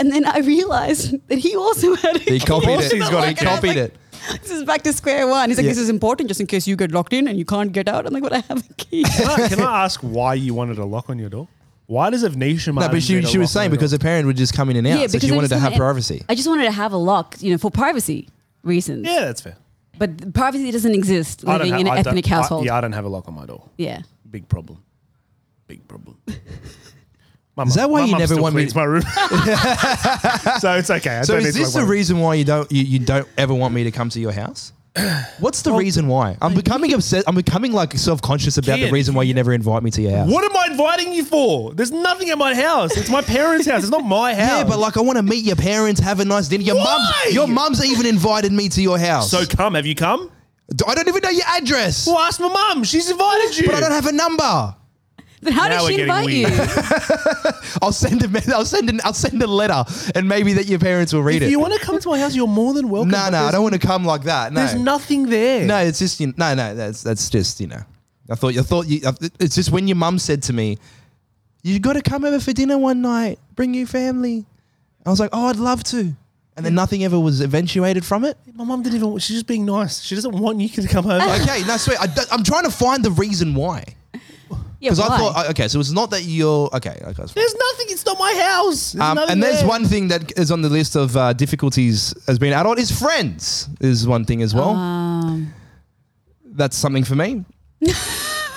D: And then I realized *laughs* that he also had a
B: He
D: key.
B: copied it.
C: He's got a
B: he
C: key.
B: copied it.
D: This is back to square one. He's like,
B: Yeah.
D: this is important just in case you get locked in and you can't get out. I'm like, but I have
C: *laughs*
D: a key.
C: Can I, can I ask why you wanted a lock on your door? Why does Avnisha
B: No, but she, she was saying because her parent would just come in and out, so
D: because
B: she
D: I
B: wanted to
D: just
B: have
D: wanna-
B: privacy.
D: I just wanted to have a lock, you know, for privacy reasons.
C: Yeah, that's fair.
D: But privacy doesn't exist
C: I don't
D: living
C: ha-
D: in an
C: I don't-
D: ethnic
C: I-
D: household.
C: yeah, I don't have a lock on my door.
D: yeah.
C: Big problem.
B: *laughs*
C: Big problem. My
B: Is
C: mum-
B: that why
C: my
B: you
C: mum
B: never
C: still
B: want me-
C: cleans
B: *laughs*
C: my room? so it's okay. I
B: So
C: don't
B: is
C: need
B: this
C: to
B: the
C: worry.
B: reason why you don't you, you don't ever want me to come to your house? What's the reason why? I'm becoming obsessed. I'm becoming like self conscious about the
C: Kid.
B: reason why you never invite me to your house.
C: What am I inviting you for? There's nothing at my house. It's my parents' house. It's not my house.
B: Yeah, but like I want to meet your parents, have a nice dinner. Your
C: Why?
B: mum's your mum's even invited me to your house.
C: so come. Have you come?
B: I don't even know your address,
C: Well, ask my mum. She's invited you.
B: but I don't have a number.
D: Then how
C: Now
D: did she
C: we're
D: invite
C: getting
D: you?
B: I'll send a me- I'll send an, I'll send a letter, and maybe that your parents will read
C: if
B: it.
C: you want to come to my house, you're more than welcome.
B: No,
C: but
B: no, I
C: there's-
B: don't want to come like that. No,
C: There's nothing there.
B: No, it's just you no, no. That's that's just you know. I thought I thought you. I- It's just when your mum said to me, "You got to come over for dinner one night. Bring your family." I was like, "Oh, I'd love to," and then nothing ever was eventuated from it.
C: My mum didn't even. She's just being nice. She doesn't want you to come
B: *laughs*
C: over.
B: Okay, no, sweet. I, am trying to find the reason why.
D: Yeah,
B: Because I
D: why?
B: thought, I- okay, so it's not that you're okay. okay that's fine.
C: There's nothing. It's not my house. There's
B: Um,
C: nothing
B: and there's
C: there.
B: one thing that is on the list of uh, difficulties as being an adult is friends is one thing as well.
D: um,
B: That's something for me.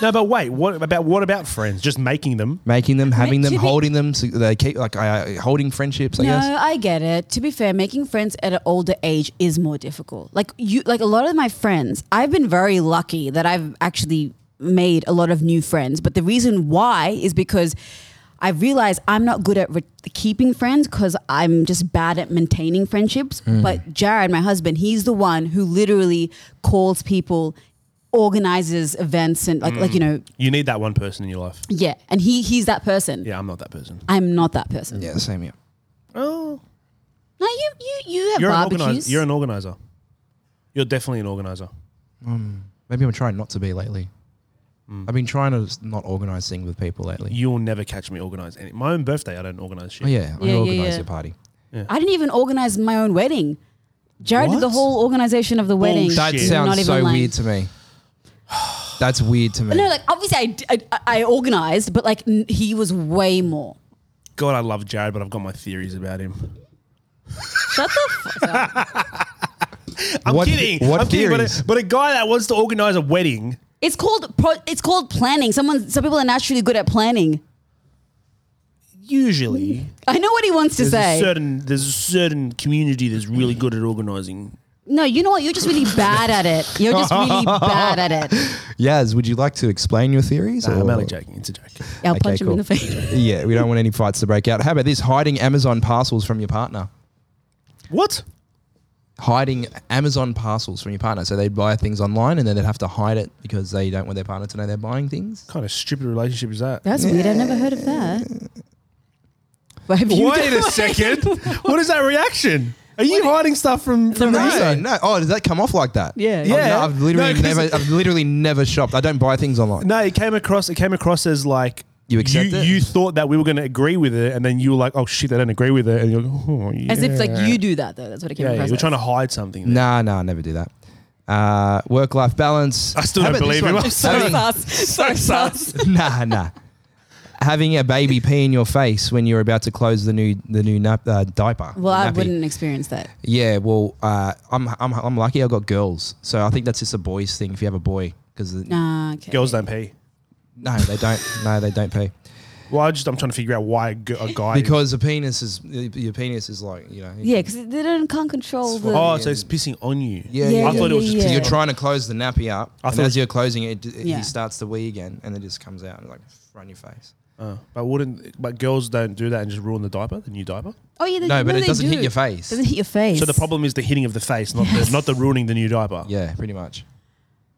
C: No, but wait. What about what about friends? Just making them.
B: Making them, having
D: mean,
B: them,
D: to be-
B: holding them, so they keep like I I- holding friendships. I
D: no,
B: guess.
D: I get it. To be fair, making friends at an older age is more difficult. Like you, like a lot of my friends, I've been very lucky that I've actually made a lot of new friends. But the reason why is because I realized I'm not good at re- keeping friends because I'm just bad at maintaining friendships. But Jared, my husband, he's the one who literally calls people, organizes events, and like like you know,
C: You need that one person in your life.
D: yeah. And he he's that person.
C: Yeah, I'm not that person.
D: I'm not that person.
B: Yeah, same here.
C: Oh,
D: No, you you you have
C: you're an
D: barbecues.
C: organizer. You're an organizer. You're definitely an organizer.
B: Maybe I'm trying not to be lately. I've been trying to s- not organize things with people lately.
C: You'll never catch me organize any. My own birthday, I don't organize shit.
B: oh yeah, I
D: Yeah, yeah,
B: organize
D: yeah.
B: your party.
D: I didn't even organize my own wedding. Jared did the
C: What?
D: whole organization of the wedding.
C: Bullshit.
B: That
C: Shit.
D: Not
B: sounds
D: even
B: so
D: lying.
B: weird to me. That's weird to me.
D: No, like obviously *sighs* I, d- I- I organized, but like n- he was way more.
C: God, I love Jared, but I've got my theories about him.
D: Shut the fuck up.
C: I'm
B: What-
C: kidding.
B: what
C: I'm kidding, but a-
B: theories?
C: But a, guy that wants to organize a wedding.
D: It's called pro, it's called planning. Someone some people are naturally good at planning.
C: Usually,
D: I know what he wants to
C: there's a
D: say.
C: certain there's a certain community that's really good at organizing.
D: no, you know what? You're just really bad at it. You're
C: *laughs*
D: just really bad at it.
B: Yaz, would you like to explain your theories?
C: Nah, Uh, I'm
B: or-
C: only joking. It's a joke.
D: Yeah, I'll
B: Okay,
D: punch him
B: cool.
D: in the face.
B: yeah, we don't want any fights to break out. How about this? Hiding Amazon parcels from your partner.
C: What?
B: Hiding Amazon parcels from your partner. So they'd buy things online and then they'd have to hide it because they don't want their partner to know they're buying things.
C: kind of stupid relationship is that?
D: That's weird. I've never heard of that. But have you
B: *laughs*
C: Wait a second. what is that reaction? Are you hiding stuff from from
B: No,
C: Amazon?
B: no. Oh, does that come off like that?
D: Yeah.
B: I've-
C: Yeah.
B: I've, literally
C: No, 'cause-
B: never. I've literally never shopped. I don't buy things online.
C: No, it came across. It came across as like
B: You accept
C: you,
B: it?
C: you thought that we were going to agree with it, and then you were like, "Oh shit, I don't agree with it," and you're like, "Oh yeah."
D: *laughs* As if like you do that though. That's what it came
C: yeah, yeah,
D: across.
C: you're
D: as.
C: trying to hide something.
B: Nah, nah, I never do that. Uh, work life balance.
C: I still
B: How
C: don't
B: about this
C: believe him.
B: one?
C: I'm
D: so *laughs*
B: Having-
D: sus. So sus.
B: *laughs* nah, nah. Having a baby pee in your face when you're about to close the new the new nap, uh, diaper.
D: Well, I
B: nappy.
D: wouldn't experience that.
B: Yeah, well, uh, I'm, I'm I'm lucky. I got girls, so I think that's just a boys thing. If you have a boy, because
D: Nah, okay.
C: Girls don't pee.
B: no, they don't. no, they don't
C: *laughs*
B: pee
C: Well, I just I'm trying to figure out why a, g- a guy.
B: because the penis is your penis is like you know.
D: Yeah, because they don't can't control the.
C: oh, so it's pissing on you.
B: Yeah,
D: Yeah,
B: yeah,
C: I thought it was just
D: yeah,
B: So
D: yeah.
B: you're trying to close the nappy up,
C: I
B: and
C: thought-
B: as you're closing it, it, it
D: Yeah.
B: he starts to wee again, and it just comes out and like right in your face.
C: Uh, But wouldn't but girls don't do that and just ruin the diaper, the new diaper?
D: Oh yeah, they,
B: No, but it
D: they
B: doesn't hit
D: do.
B: your face.
D: Doesn't hit your face.
C: So the problem is the hitting of the face, not the, not the ruining the new diaper.
B: Yeah, pretty much.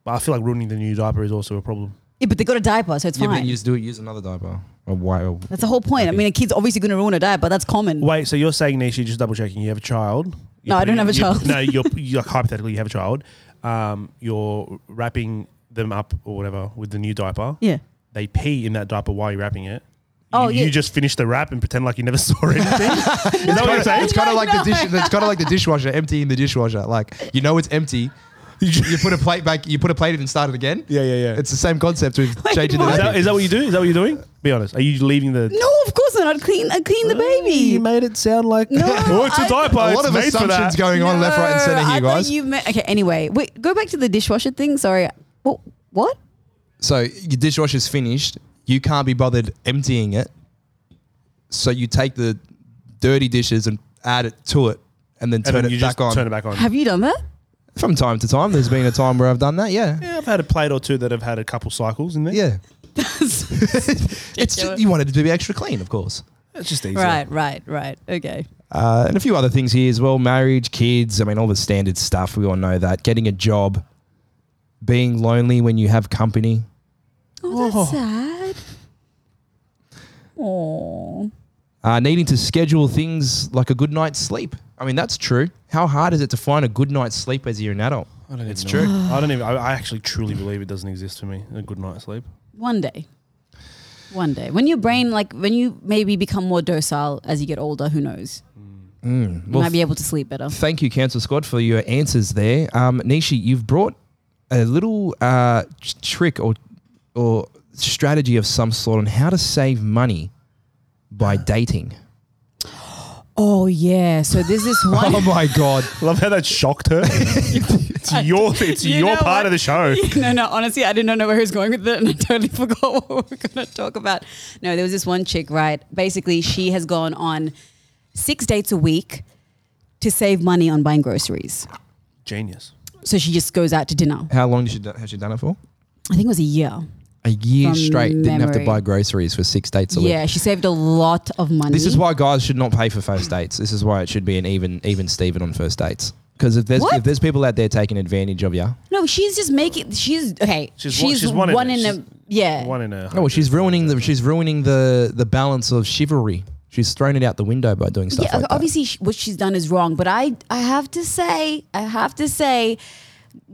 C: But I feel like ruining the new diaper is also a problem.
D: Yeah, but they got a diaper, so it's
B: Yeah, but
D: fine.
B: you just do it. Use another diaper. Or why? Or
D: that's the whole point. I mean, a kid's obviously going to ruin a diaper. That's common.
C: Wait, so you're saying Nisha, just double checking, you have a child?
D: No, I don't have a
C: You-
D: child.
C: No, you're, you like hypothetically you have a child. Um, you're wrapping them up or whatever with the new diaper.
D: Yeah.
C: They pee in that diaper while you're wrapping it.
D: Oh,
C: you, you
D: yeah.
C: just finish the wrap and pretend like you never *laughs* saw anything.
D: *laughs*
C: is that what you're saying?
B: It's kind of
D: No,
B: like the dish. It's kind of like the dishwasher emptying the dishwasher. Like you know it's empty. You put a plate back. You put a plate in and start it again.
C: Yeah, yeah, yeah.
B: It's the same concept with
D: Wait,
B: changing
D: what?
B: the.
C: Is that,
B: recipe.
C: is that what you do? Is that what you're doing? Be honest. Are you leaving the?
D: No, of course not. I'd clean. I'd clean the
C: You
D: baby.
C: made it sound like
B: *laughs*
D: No,
C: oh, it's a
D: I-
C: diaper.
B: a lot
C: it's
B: of
C: made for
B: assumptions
C: that.
B: going on left, right, and
D: No,
B: center
D: I
B: here,
D: thought
B: guys.
D: You meant, okay. Anyway, wait. Go back to the dishwasher thing. Sorry. What? What?
B: So your dishwasher's finished. You can't be bothered emptying it. So you take the dirty dishes and add it to it, and then
C: And
B: turn
C: then
B: it
C: you
B: back
C: just
B: on.
C: turn it back on.
D: Have you done that?
B: From time to time, there's been a time where I've done that.
D: *laughs*
B: Yeah,
C: Yeah, I've had a plate or two that have had a couple cycles in there.
B: yeah. *laughs* It's you wanted it to be extra clean, of course.
C: it's just easy.
D: right. Right. Right. Okay.
B: Uh, and a few other things here as well marriage, kids, I mean, all the standard stuff. We all know that. Getting a job, being lonely when you have company.
D: Oh, that's sad. Oh.
B: Uh, needing to schedule things like a good night's sleep. I mean, that's true. How hard is it to find a good night's sleep as you're an adult?
C: I don't it's
B: true. *sighs*
C: I don't even. I, I actually truly believe it doesn't exist for me. A good night's
B: *laughs*
C: sleep.
D: One day. One day. When your brain, like, when you maybe become more docile as you get older, who knows? You
B: Well,
D: might be able to sleep better.
B: Thank you, Council Squad, for your answers there. Um, Nishi, you've brought a little uh, t- trick or or strategy of some sort on how to save money by dating.
D: Oh, yeah. So there's *laughs* this one.
B: *laughs* Oh my god!
C: Love how that
B: *laughs*
C: shocked her. it's your.
D: *laughs*
C: It's
D: You
C: your
D: know
C: part
D: what?
C: of the
D: *laughs*
C: show.
D: no, no, honestly, I did not know where he was going with it and I totally *laughs* forgot what we were going to talk about. No, there was this one chick, right? Basically, she has gone on six dates a week to save money on buying groceries.
C: Genius.
D: So she just goes out to dinner.
B: How long did she do- has she done it for?
D: I think it was a year.
B: A year
D: From
B: straight. Didn't have to
D: memory.
B: buy groceries for six dates a week.
D: Yeah, she saved a lot of money.
B: This is why guys should not pay for first dates. This is why it should be an even even Steven on first dates. Because if there's
D: What?
B: if there's people out there taking advantage of you,
D: No, she's just making. She's okay.
C: She's
D: She's,
C: one- she's one in
D: one
C: it.
D: in,
C: She's
D: a yeah.
C: One in a.
B: oh, well, she's ruining the she's ruining the the balance of chivalry. She's thrown it out the window by doing stuff
D: yeah,
B: like that.
D: obviously, she, what she's done is wrong. But I, I have to say, I have to say,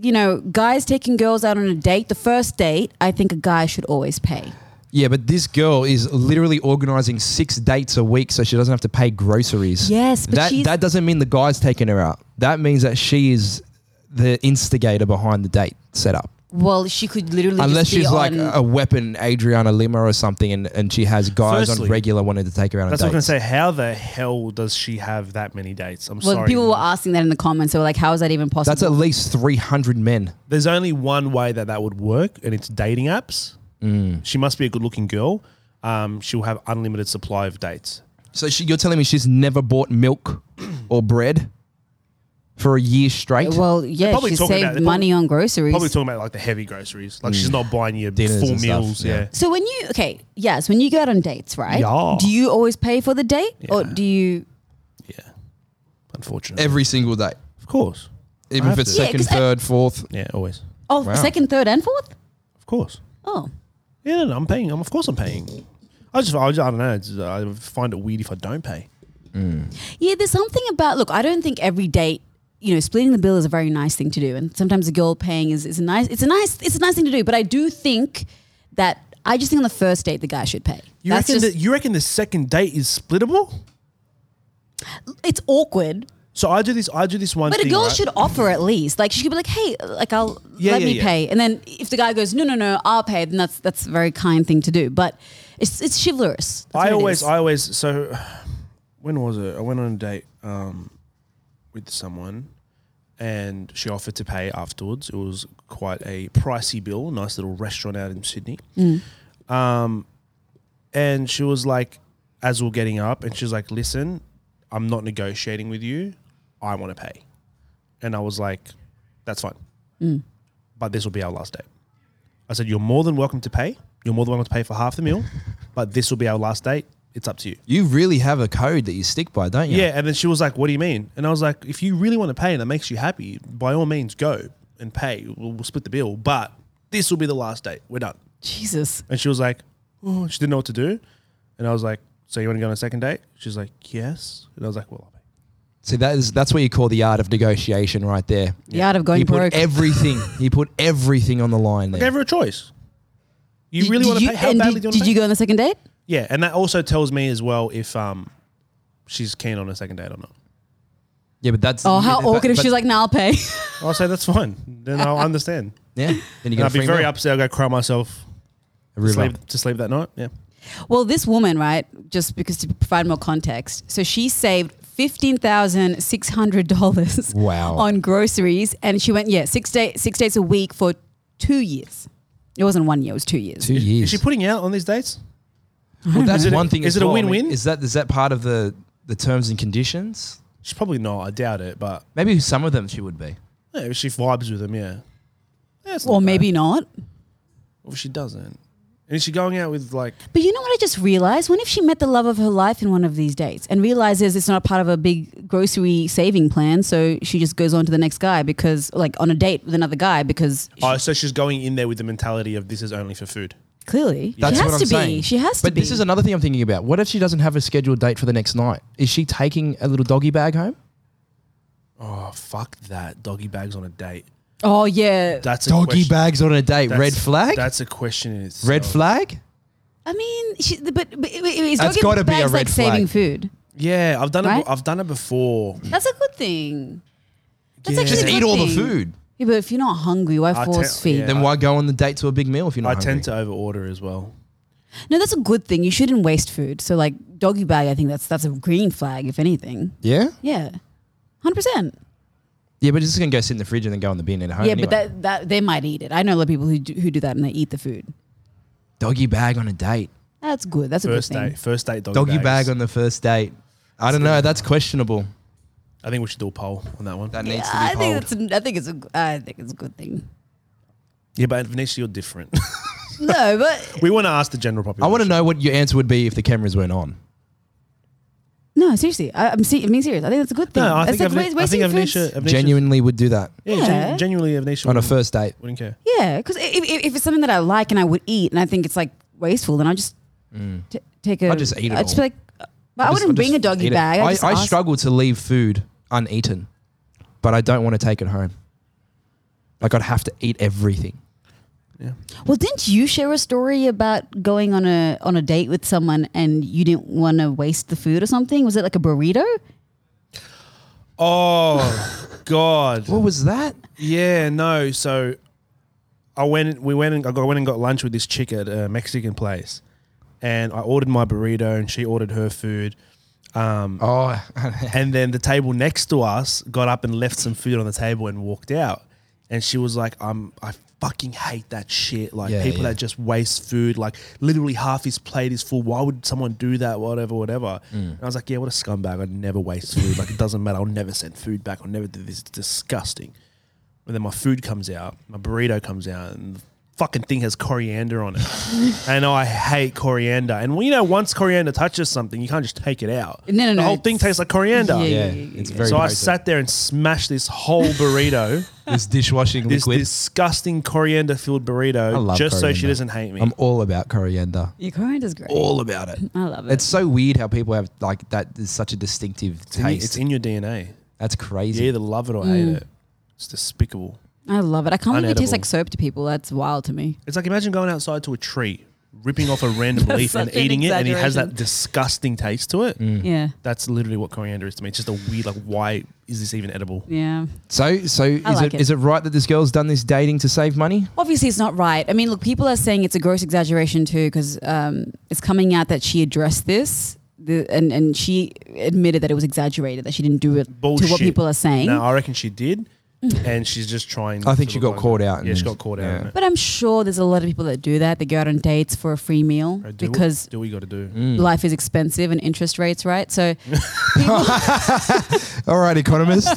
D: you know, guys taking girls out on a date, the first date, I think a guy should always pay.
B: Yeah, but this girl is literally organizing six dates a week so she doesn't have to pay groceries.
D: Yes, but
B: that
D: she's-
B: that doesn't mean the guy's taking her out. That means that she is the instigator behind the date setup.
D: Well, she could literally
B: Unless
D: just be
B: she's like oh,
D: on-
B: a weapon, Adriana Lima or something, and, and she has guys
C: Firstly-
B: on regular wanting to take her out on
C: That's what I'm
B: dates.
C: gonna say. How the hell does she have that many dates? I'm
D: well,
C: sorry.
D: people were asking that in the comments. They were like, "How is that even possible?"
B: That's at least 300 men.
C: There's only one way that that would work, and it's dating apps.
B: Mm.
C: She must be a good-looking girl. Um, she'll have unlimited supply of dates.
B: So she, you're telling me she's never bought
C: *clears throat*
B: milk or bread for a year straight?
D: well, yeah,
C: probably
D: she
C: talking about-
D: saved
C: they're
D: money on groceries.
C: Probably talking about like the heavy groceries. Like she's not buying your
B: Mm. Dinners
C: full
B: and stuff,
C: meals.
B: yeah.
C: yeah.
D: so when you okay, yes, when you go out on dates, right?
C: Yeah.
D: Do you always pay for the date, or
C: Yeah.
D: do you?
C: Unfortunately,
B: Every single day.
C: of course.
B: Even
C: I
B: if
C: have
B: it's
C: to.
D: Yeah,
B: second,
D: 'cause I-
B: third, fourth.
C: Yeah, always.
D: Oh,
B: Wow.
D: second, third, and fourth.
C: Of course.
D: Oh,
C: Yeah, no, no, I'm paying. I'm, of course, I'm paying. I just, I, just, I don't know. It's, I find it weird if I don't pay.
D: Yeah, there's something about look, I don't think every date, you know, splitting the bill is a very nice thing to do. And sometimes a girl paying is, is a nice it's a nice it's a nice thing to do. But I do think that I just think on the first date the guy should pay.
C: You
D: That's
C: reckon?
D: just,
C: the, you reckon the second date is splittable?
D: it's awkward.
C: So I do this. I do this one.
D: But a
C: thing,
D: girl
C: right?
D: should offer at least. Like she could be like, Hey, like I'll
C: Yeah,
D: let
C: yeah,
D: me
C: yeah.
D: pay. And then if the guy goes, No, no, no, I'll pay, then that's that's a very kind thing to do. But it's it's chivalrous. That's what
C: I
D: it
C: always,
D: is.
C: I always. So, *sighs* when was it? I went on a date um, with someone, and she offered to pay afterwards. It was quite a pricey bill. Nice little restaurant out in Sydney. Um, and she was like, as we we're getting up, and she was like, "Listen, I'm not negotiating with you. I want to pay." And I was like, "That's fine,
D: *laughs*
C: but this will be our last date." I said, "You're more than welcome to pay. You're more than welcome to pay for half the meal, but this will be our last date. It's up to you.
B: You really have a code that you stick by, don't you?
C: Yeah. And then she was like, What do you mean? And I was like, If you really want to pay and it makes you happy, by all means, go and pay. We'll, we'll split the bill. But this will be the last date. We're done.
D: Jesus.
C: And she was like, oh, She didn't know what to do. And I was like, So you want to go on a second date? She's like, Yes. And I was like, Well, I'll pay.
B: So that is that's what you call the art of negotiation, right there.
D: The art of going
B: He put
D: broke. *laughs*
B: everything. he put everything on the line there.
C: Gave her a choice. You
D: Did-
C: really
D: did
C: want to
D: you-
C: pay? How
D: and
C: badly
D: did,
C: do you want to
D: did you go on the second date?
C: Yeah, and that also tells me as well if um she's keen on a second date or not.
B: yeah, but that's
D: Oh, how
B: but-
D: awkward if
B: but-
D: she's like, nah, I'll pay.
C: I'll say that's fine. Then
B: *laughs*
C: I'll understand.
B: yeah. Then you
C: And
B: get
C: I'll
B: a free
C: be very
B: meal.
C: upset. I'll go cry myself
B: A
C: to
B: river.
C: sleep, to sleep that night. Yeah.
D: well, this woman, right, just because to provide more context, so she saved $15,600
B: Wow.
D: on groceries and she went, yeah, six, day, six days a week for two years. It wasn't one year, it was two years.
B: Two
C: Is
B: years.
C: she putting out on these dates?
B: well, that's
C: it a-
B: one thing. as
C: is it a
B: well. I mean,
C: win-win?
B: is that is that part of the the terms and conditions?
C: She's probably not. I doubt it. But
B: Maybe some of them she would be.
C: yeah, if she vibes with him, yeah. yeah it's not
D: Or
C: bad.
D: maybe not.
C: Or if she doesn't. And is she going out with like?
D: But you know what I just realized? What if she met the love of her life in one of these dates and realizes it's not part of a big grocery saving plan, so she just goes on to the next guy because, like, on a date with another guy because she-
C: Oh, so she's going in there with the mentality of this is only for food.
D: clearly
B: That's
D: she has
B: what I'm
D: to
B: saying.
D: be. She has
B: but
D: to be.
B: this is another thing I'm thinking about. What if she doesn't have a scheduled date for the next night? Is she taking a little doggy bag home?
C: Oh fuck that! Doggy bags on a date.
D: oh yeah.
C: That's a
B: Doggy
C: question.
B: bags on a date.
C: That's-
B: Red flag.
C: That's a question in itself.
B: red flag.
D: I mean, she, but, but is
B: That's
D: doggy
B: gotta be a
D: bags
B: red
D: like saving
B: flag.
D: food?
C: Yeah, I've done
D: Right?
C: it. I've done it before.
D: That's a good thing. That's
C: Yeah.
D: actually
B: Just
D: a
B: eat
D: good
B: all the
D: thing.
B: food.
D: Yeah, but if you're not hungry, why
C: I
D: force
C: tell-
D: feed?
C: yeah.
B: Then why go on the date to a big meal if you're
C: I
B: not hungry?
C: tend to overorder as well.
D: No, that's a good thing. You shouldn't waste food. So like doggy bag, I think that's that's a green flag if anything.
B: Yeah.
D: Yeah. 100%.
B: Yeah, but it's just gonna go sit in the fridge and then go in the bin at home.
D: Yeah,
B: anyway.
D: but that, that they might eat it. I know a lot of people who do, who do that and they eat the food.
B: doggy bag on a date,
D: That's good. That's a
C: First
D: good thing.
C: date, first date doggy,
B: doggy bag
C: bags.
B: on the first date. I don't know. That's questionable.
C: I think we should do a poll on that one.
B: That
D: Yeah,
B: needs to be
D: I think
B: polled.
D: it's a, I think it's a I think it's a good thing.
C: yeah, but Vanessa, you're different. *laughs*
D: No, but
C: we want to ask the general
B: I
C: population.
B: want to know what your answer would be if the cameras weren't on.
D: no, seriously, I, I'm, se- I'm being serious. I think that's a good thing.
C: No, I
D: It's
C: think,
D: like
C: Avni-
D: wa-
C: I think
D: wasting
C: Avnisha,
D: food's-
C: Avnisha's-
B: Genuinely would do that
C: Yeah, gen-
D: Yeah.
C: genuinely Avnisha
B: on a
C: wouldn't-
B: first date.
C: Wouldn't care.
D: Yeah, because if, if, if it's something that I like and I would eat, and I think it's like wasteful, then I just t- take a.
B: Mm. I'll just eat it
D: I'd just
B: all.
D: be like, but I
B: just-
D: wouldn't
B: just
D: bring a doggy
B: eat it.
D: bag. I,
B: I,
D: just
B: I
D: ask-
B: struggle to leave food uneaten, but I don't want to take it home. Like I'd have to eat everything.
D: Well, didn't you share a story about going on a on a date with someone and you didn't want to waste the food or something? Was it like a burrito?
C: Oh *laughs* God.
B: What was that?
C: Yeah, no. So I went. We went and I got- went and got lunch with this chick at a Mexican place, and I ordered my burrito, and she ordered her food.
B: Oh,
C: And then the table next to us got up and left some food on the table and walked out. And she was like, "I'm I fucking hate that shit. Like
B: Yeah,
C: people
B: yeah.
C: that just waste food. Like literally half his plate is full. Why would someone do that? Whatever, whatever."
B: Mm.
C: And I was like, "Yeah, what a scumbag. I never waste food. Like it doesn't matter. I'll never send food back. I'll never do this. It's disgusting." And then my food comes out, my burrito comes out, and the fucking thing has coriander on
B: *laughs*
C: it. and I hate coriander. And well, you know, once coriander touches something, you can't just take it out.
D: No, no,
C: the
D: no,
C: whole thing
D: it's-
C: tastes like coriander.
D: Yeah,
B: yeah, it's very.
C: So I
B: potent.
C: sat there and smashed this whole burrito,
B: *laughs* this dishwashing
C: this
B: liquid.
C: disgusting coriander filled burrito,
B: I love
C: just so she
B: coriander.
C: doesn't hate me.
B: I'm all about coriander.
D: Your current is great.
B: All about it.
D: I love it.
B: It's so weird how people have like that. Is such a distinctive
C: It's in-
B: taste.
C: It's in your DNA.
B: That's
C: You
B: crazy.
C: either love it or
D: Mm.
C: hate it. It's despicable.
D: I love it. I can't believe it
C: Unedible.
D: tastes like soap to people. That's wild to me.
C: It's like imagine going outside to a tree, ripping off a
D: *laughs*
C: random leaf and
D: such an
C: eating it, and it has that
D: exaggeration.
C: disgusting taste to it.
B: Mm.
D: Yeah.
C: That's literally what coriander is to me. It's just a weird, like, why is this even edible?
D: Yeah.
B: So, so is
D: like
B: it
D: it.
B: is it right that this girl's done this dating to save money?
D: Obviously, it's not right. I mean, look, people are saying it's a gross exaggeration too, because um, it's coming out that she addressed this, the, and and she admitted that it was exaggerated, that she didn't do it
C: Bullshit.
D: to what people are saying. Mm.
C: No, I reckon she did. and she's just trying.
B: I think
C: to
B: she
C: look
B: got
C: like-
B: caught out
C: Yeah, she
B: and-
C: got caught
B: yeah.
C: out. innit?
D: But I'm sure there's a lot of people that do that. They go out on dates for a free meal
C: Bro, do what-
D: because
C: do what we got to do?
B: Mm.
D: life is expensive and interest rates, right?
C: *laughs*
D: So *laughs*
B: All right, economist.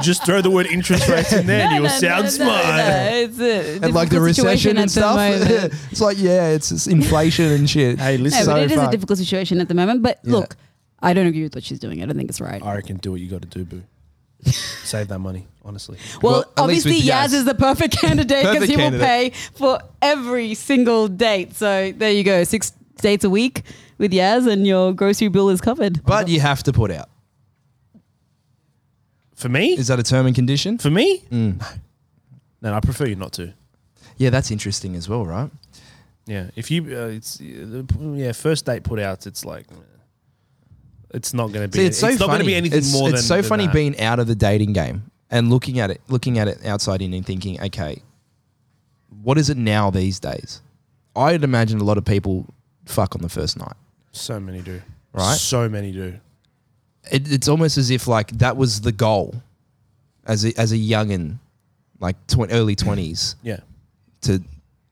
C: Just throw the word interest rates in there, and you'll sound smart.
B: and like the recession and stuff. *laughs* it's like yeah, it's, it's inflation and shit.
C: Hey, listen.
D: no,
B: So
D: but it is a
B: fucked.
D: difficult situation at the moment. But
B: Yeah.
D: look, I don't agree with what she's doing. I don't think it's right.
C: I reckon do what you got to do, boo. Save that money, honestly.
B: Well,
D: Well,
B: at least
D: obviously
B: with you guys.
D: Yaz is the perfect *laughs* candidate because
B: Perfect
D: he will pay
B: candidate.
D: for every single date. So there you go, six dates a week with Yaz, and your grocery bill is covered.
B: But you have to put out.
C: For me,
B: Is Mm. that a term and condition?
C: for me, no, no, I prefer you not to.
B: Yeah, that's interesting as well, right?
C: Yeah, if you, uh, it's yeah, first date put out, it's like uh, it's not going to be.
B: See, it's so
C: not going
B: funny.
C: to be anything
B: it's,
C: more
B: it's
C: than.
B: so
C: than
B: funny
C: that.
B: being out of the dating game and looking at it, looking at it outside in and thinking, okay, what is it now these days? I'd imagine a lot of people fuck on the first night.
C: So many do.
B: Right?
C: So many do.
B: It, it's almost as if like that was the goal, as a, as a youngin, like tw- early twenties.
C: Yeah.
B: to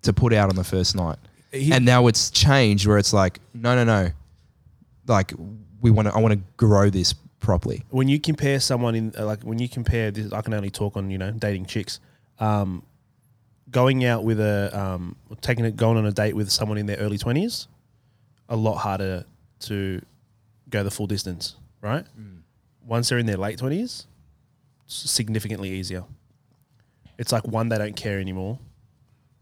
B: to put out on the first night.
C: He-
B: and now it's changed where it's like, no, no, no. Like we want to I want to grow this properly.
C: when you compare someone in uh, like when you compare this i can only talk on you know dating chicks um going out with a um taking it going on a date with someone in their early 20s a lot harder to go the full distance right once they're in their late 20s it's significantly easier it's like one they don't care anymore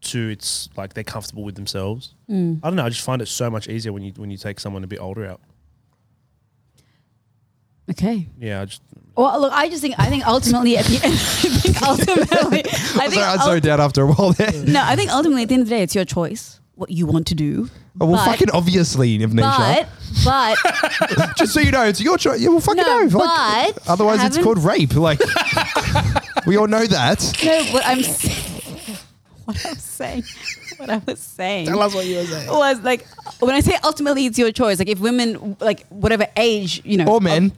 C: two it's like they're comfortable with themselves i don't know i just find it so much easier when you when you take someone a bit older out
D: Okay.
C: yeah i just
D: Well, look, I just think I think ultimately at the end, *laughs* I think ultimately, I
B: *laughs*
D: think
B: Sorry, I
D: ul-
B: zoned out after a while
D: *laughs*
B: there.
D: no, I think ultimately at the end of the day, it's your choice what you want to do.
B: Oh, well,
D: But-
B: fucking obviously,
D: But
B: Amnesia.
D: but
B: *laughs* Just so you know, it's your choice. Yeah, well, fucking
D: No,
B: know. Fuck.
D: but
B: Otherwise, it's
D: haven't-
B: called rape.
D: *laughs*
B: Like, we all know that.
D: no, what I'm s- *laughs* what I'm saying, what I was saying.
C: what you were saying
D: was like when I say ultimately it's your choice. Like if women like whatever age, you know
B: Or men.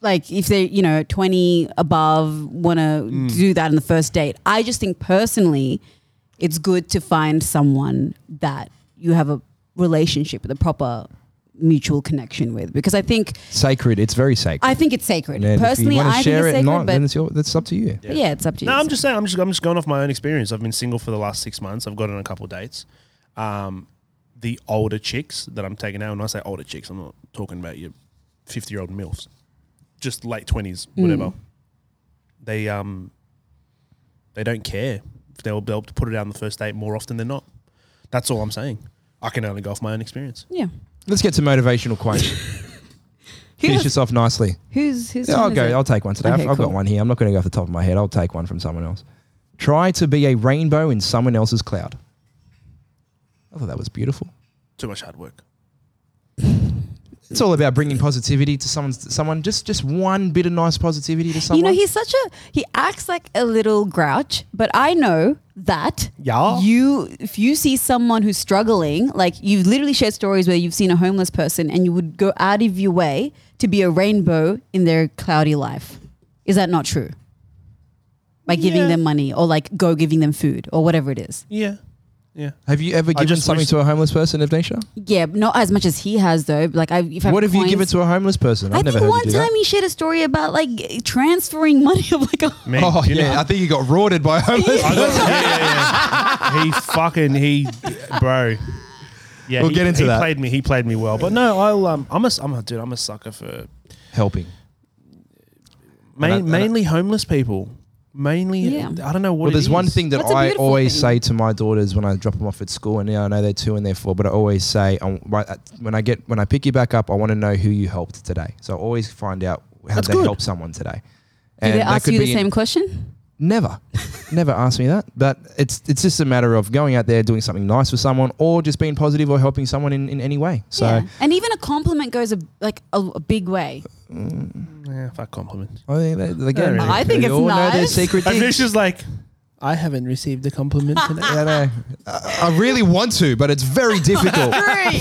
D: like if they, you know, twenty above wanna
B: Mm.
D: do that on the first date. I just think personally it's good to find someone that you have a relationship with a proper mutual connection with because I think
B: Sacred. It's very sacred.
D: I think it's sacred.
B: And if you
D: personally
B: wanna
D: I think it's
B: and
D: sacred,
B: then
D: but
B: it's your, that's up to you.
D: yeah. it's up to you.
C: No, I'm just saying. I'm just I'm just going off my own experience. I've been single for the last six months. I've gone on a couple dates. Um, the older chicks that I'm taking out, and when I say older chicks, I'm not talking about your 50 year old milfs, just late 20s,
B: Mm.
C: whatever. They um, they don't care. They'll be able to put it out on the first date more often than not. That's all I'm saying. I can only go off my own experience.
D: yeah.
B: Let's get to motivational quote.
D: *laughs*
B: Finish this off nicely.
D: Who's who's
B: Yeah, I'll go. I'll take one today.
D: Okay,
B: I've, I've got
D: cool.
B: one here. I'm not going to go off the top of my head. I'll take one from someone else. Try to be a rainbow in someone else's cloud. I thought that was beautiful.
C: Too much hard work.
B: It's all about bringing positivity to someone's someone. Just just one bit of nice positivity to someone.
D: You know, he's such a he acts like a little grouch, but I know that
C: Yeah.
D: you if you see someone who's struggling, like you've literally shared stories where you've seen a homeless person and you would go out of your way to be a rainbow in their cloudy life. Is that not true? By giving
C: Yeah.
D: them money or like go giving them food or whatever it is.
C: Yeah, yeah.
B: Have you ever given
C: just
B: something
C: wish-
B: to a homeless person, Evnesha?
D: Yeah, but not as much as he has though. Like I if I
B: What have you
D: coins-
B: given to a homeless person?
D: I
B: I've never
D: think
B: heard
D: one
B: you do
D: time
B: that.
D: he shared a story about like transferring *laughs* money of like a
C: Man,
B: Oh
C: you know-
B: yeah, I think you got rorted by a homeless.
D: *laughs*
C: I got- yeah, yeah, yeah. He fucking he, bro. Yeah,
B: We'll
C: he,
B: get into
C: he
B: that.
C: Played me. He played me well, but no, I'll. Um, I'm a. s- I'm a dude. I'm a sucker for
B: Helping.
C: main,
B: I don't-
C: mainly homeless people. Mainly,
D: Yeah.
C: I don't know what.
B: Well,
C: it
B: there's one
C: is.
B: thing that
D: That's a
B: I
D: beautiful
B: always
D: thing.
B: say to my daughters when I drop them off at school, and now I know they're two and they're four, but I always say I- right at- when I get when I pick you back up, I want to know who you helped today. So I always find out how
C: That's
B: they
C: good.
B: helped someone today.
D: Did they
B: that
D: ask
B: could
D: you the
B: be in-
D: same question? *laughs*
B: Never, never ask me that. But it's it's just a matter of going out there doing something nice for someone, or just being positive or helping someone in, in any way. So
D: yeah. and even a compliment goes a, like a, a big way.
C: Yeah, fuck compliments.
B: I think that, again,
C: really.
D: I think
B: we
D: it's
B: all know their
D: nice.
B: secret
C: And
B: things.
C: it's just like, I haven't received a compliment today. *laughs*
B: I, know. I, uh, I really want to, but it's very
D: *laughs*
B: difficult.
C: Ah, I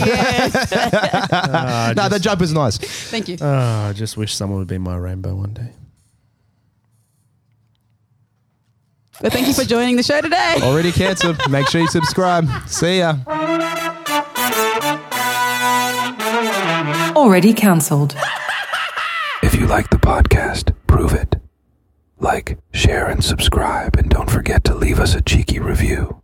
B: no,
C: just-
B: that jump is nice.
D: Thank you.
C: ah, I just wish someone would be my rainbow one day.
D: But thank you for joining the show today.
B: *laughs* Already cancelled. Make sure you subscribe. See ya.
A: Already cancelled.
F: If you like the podcast, prove it. Like, share, and subscribe, and don't forget to leave us a cheeky review.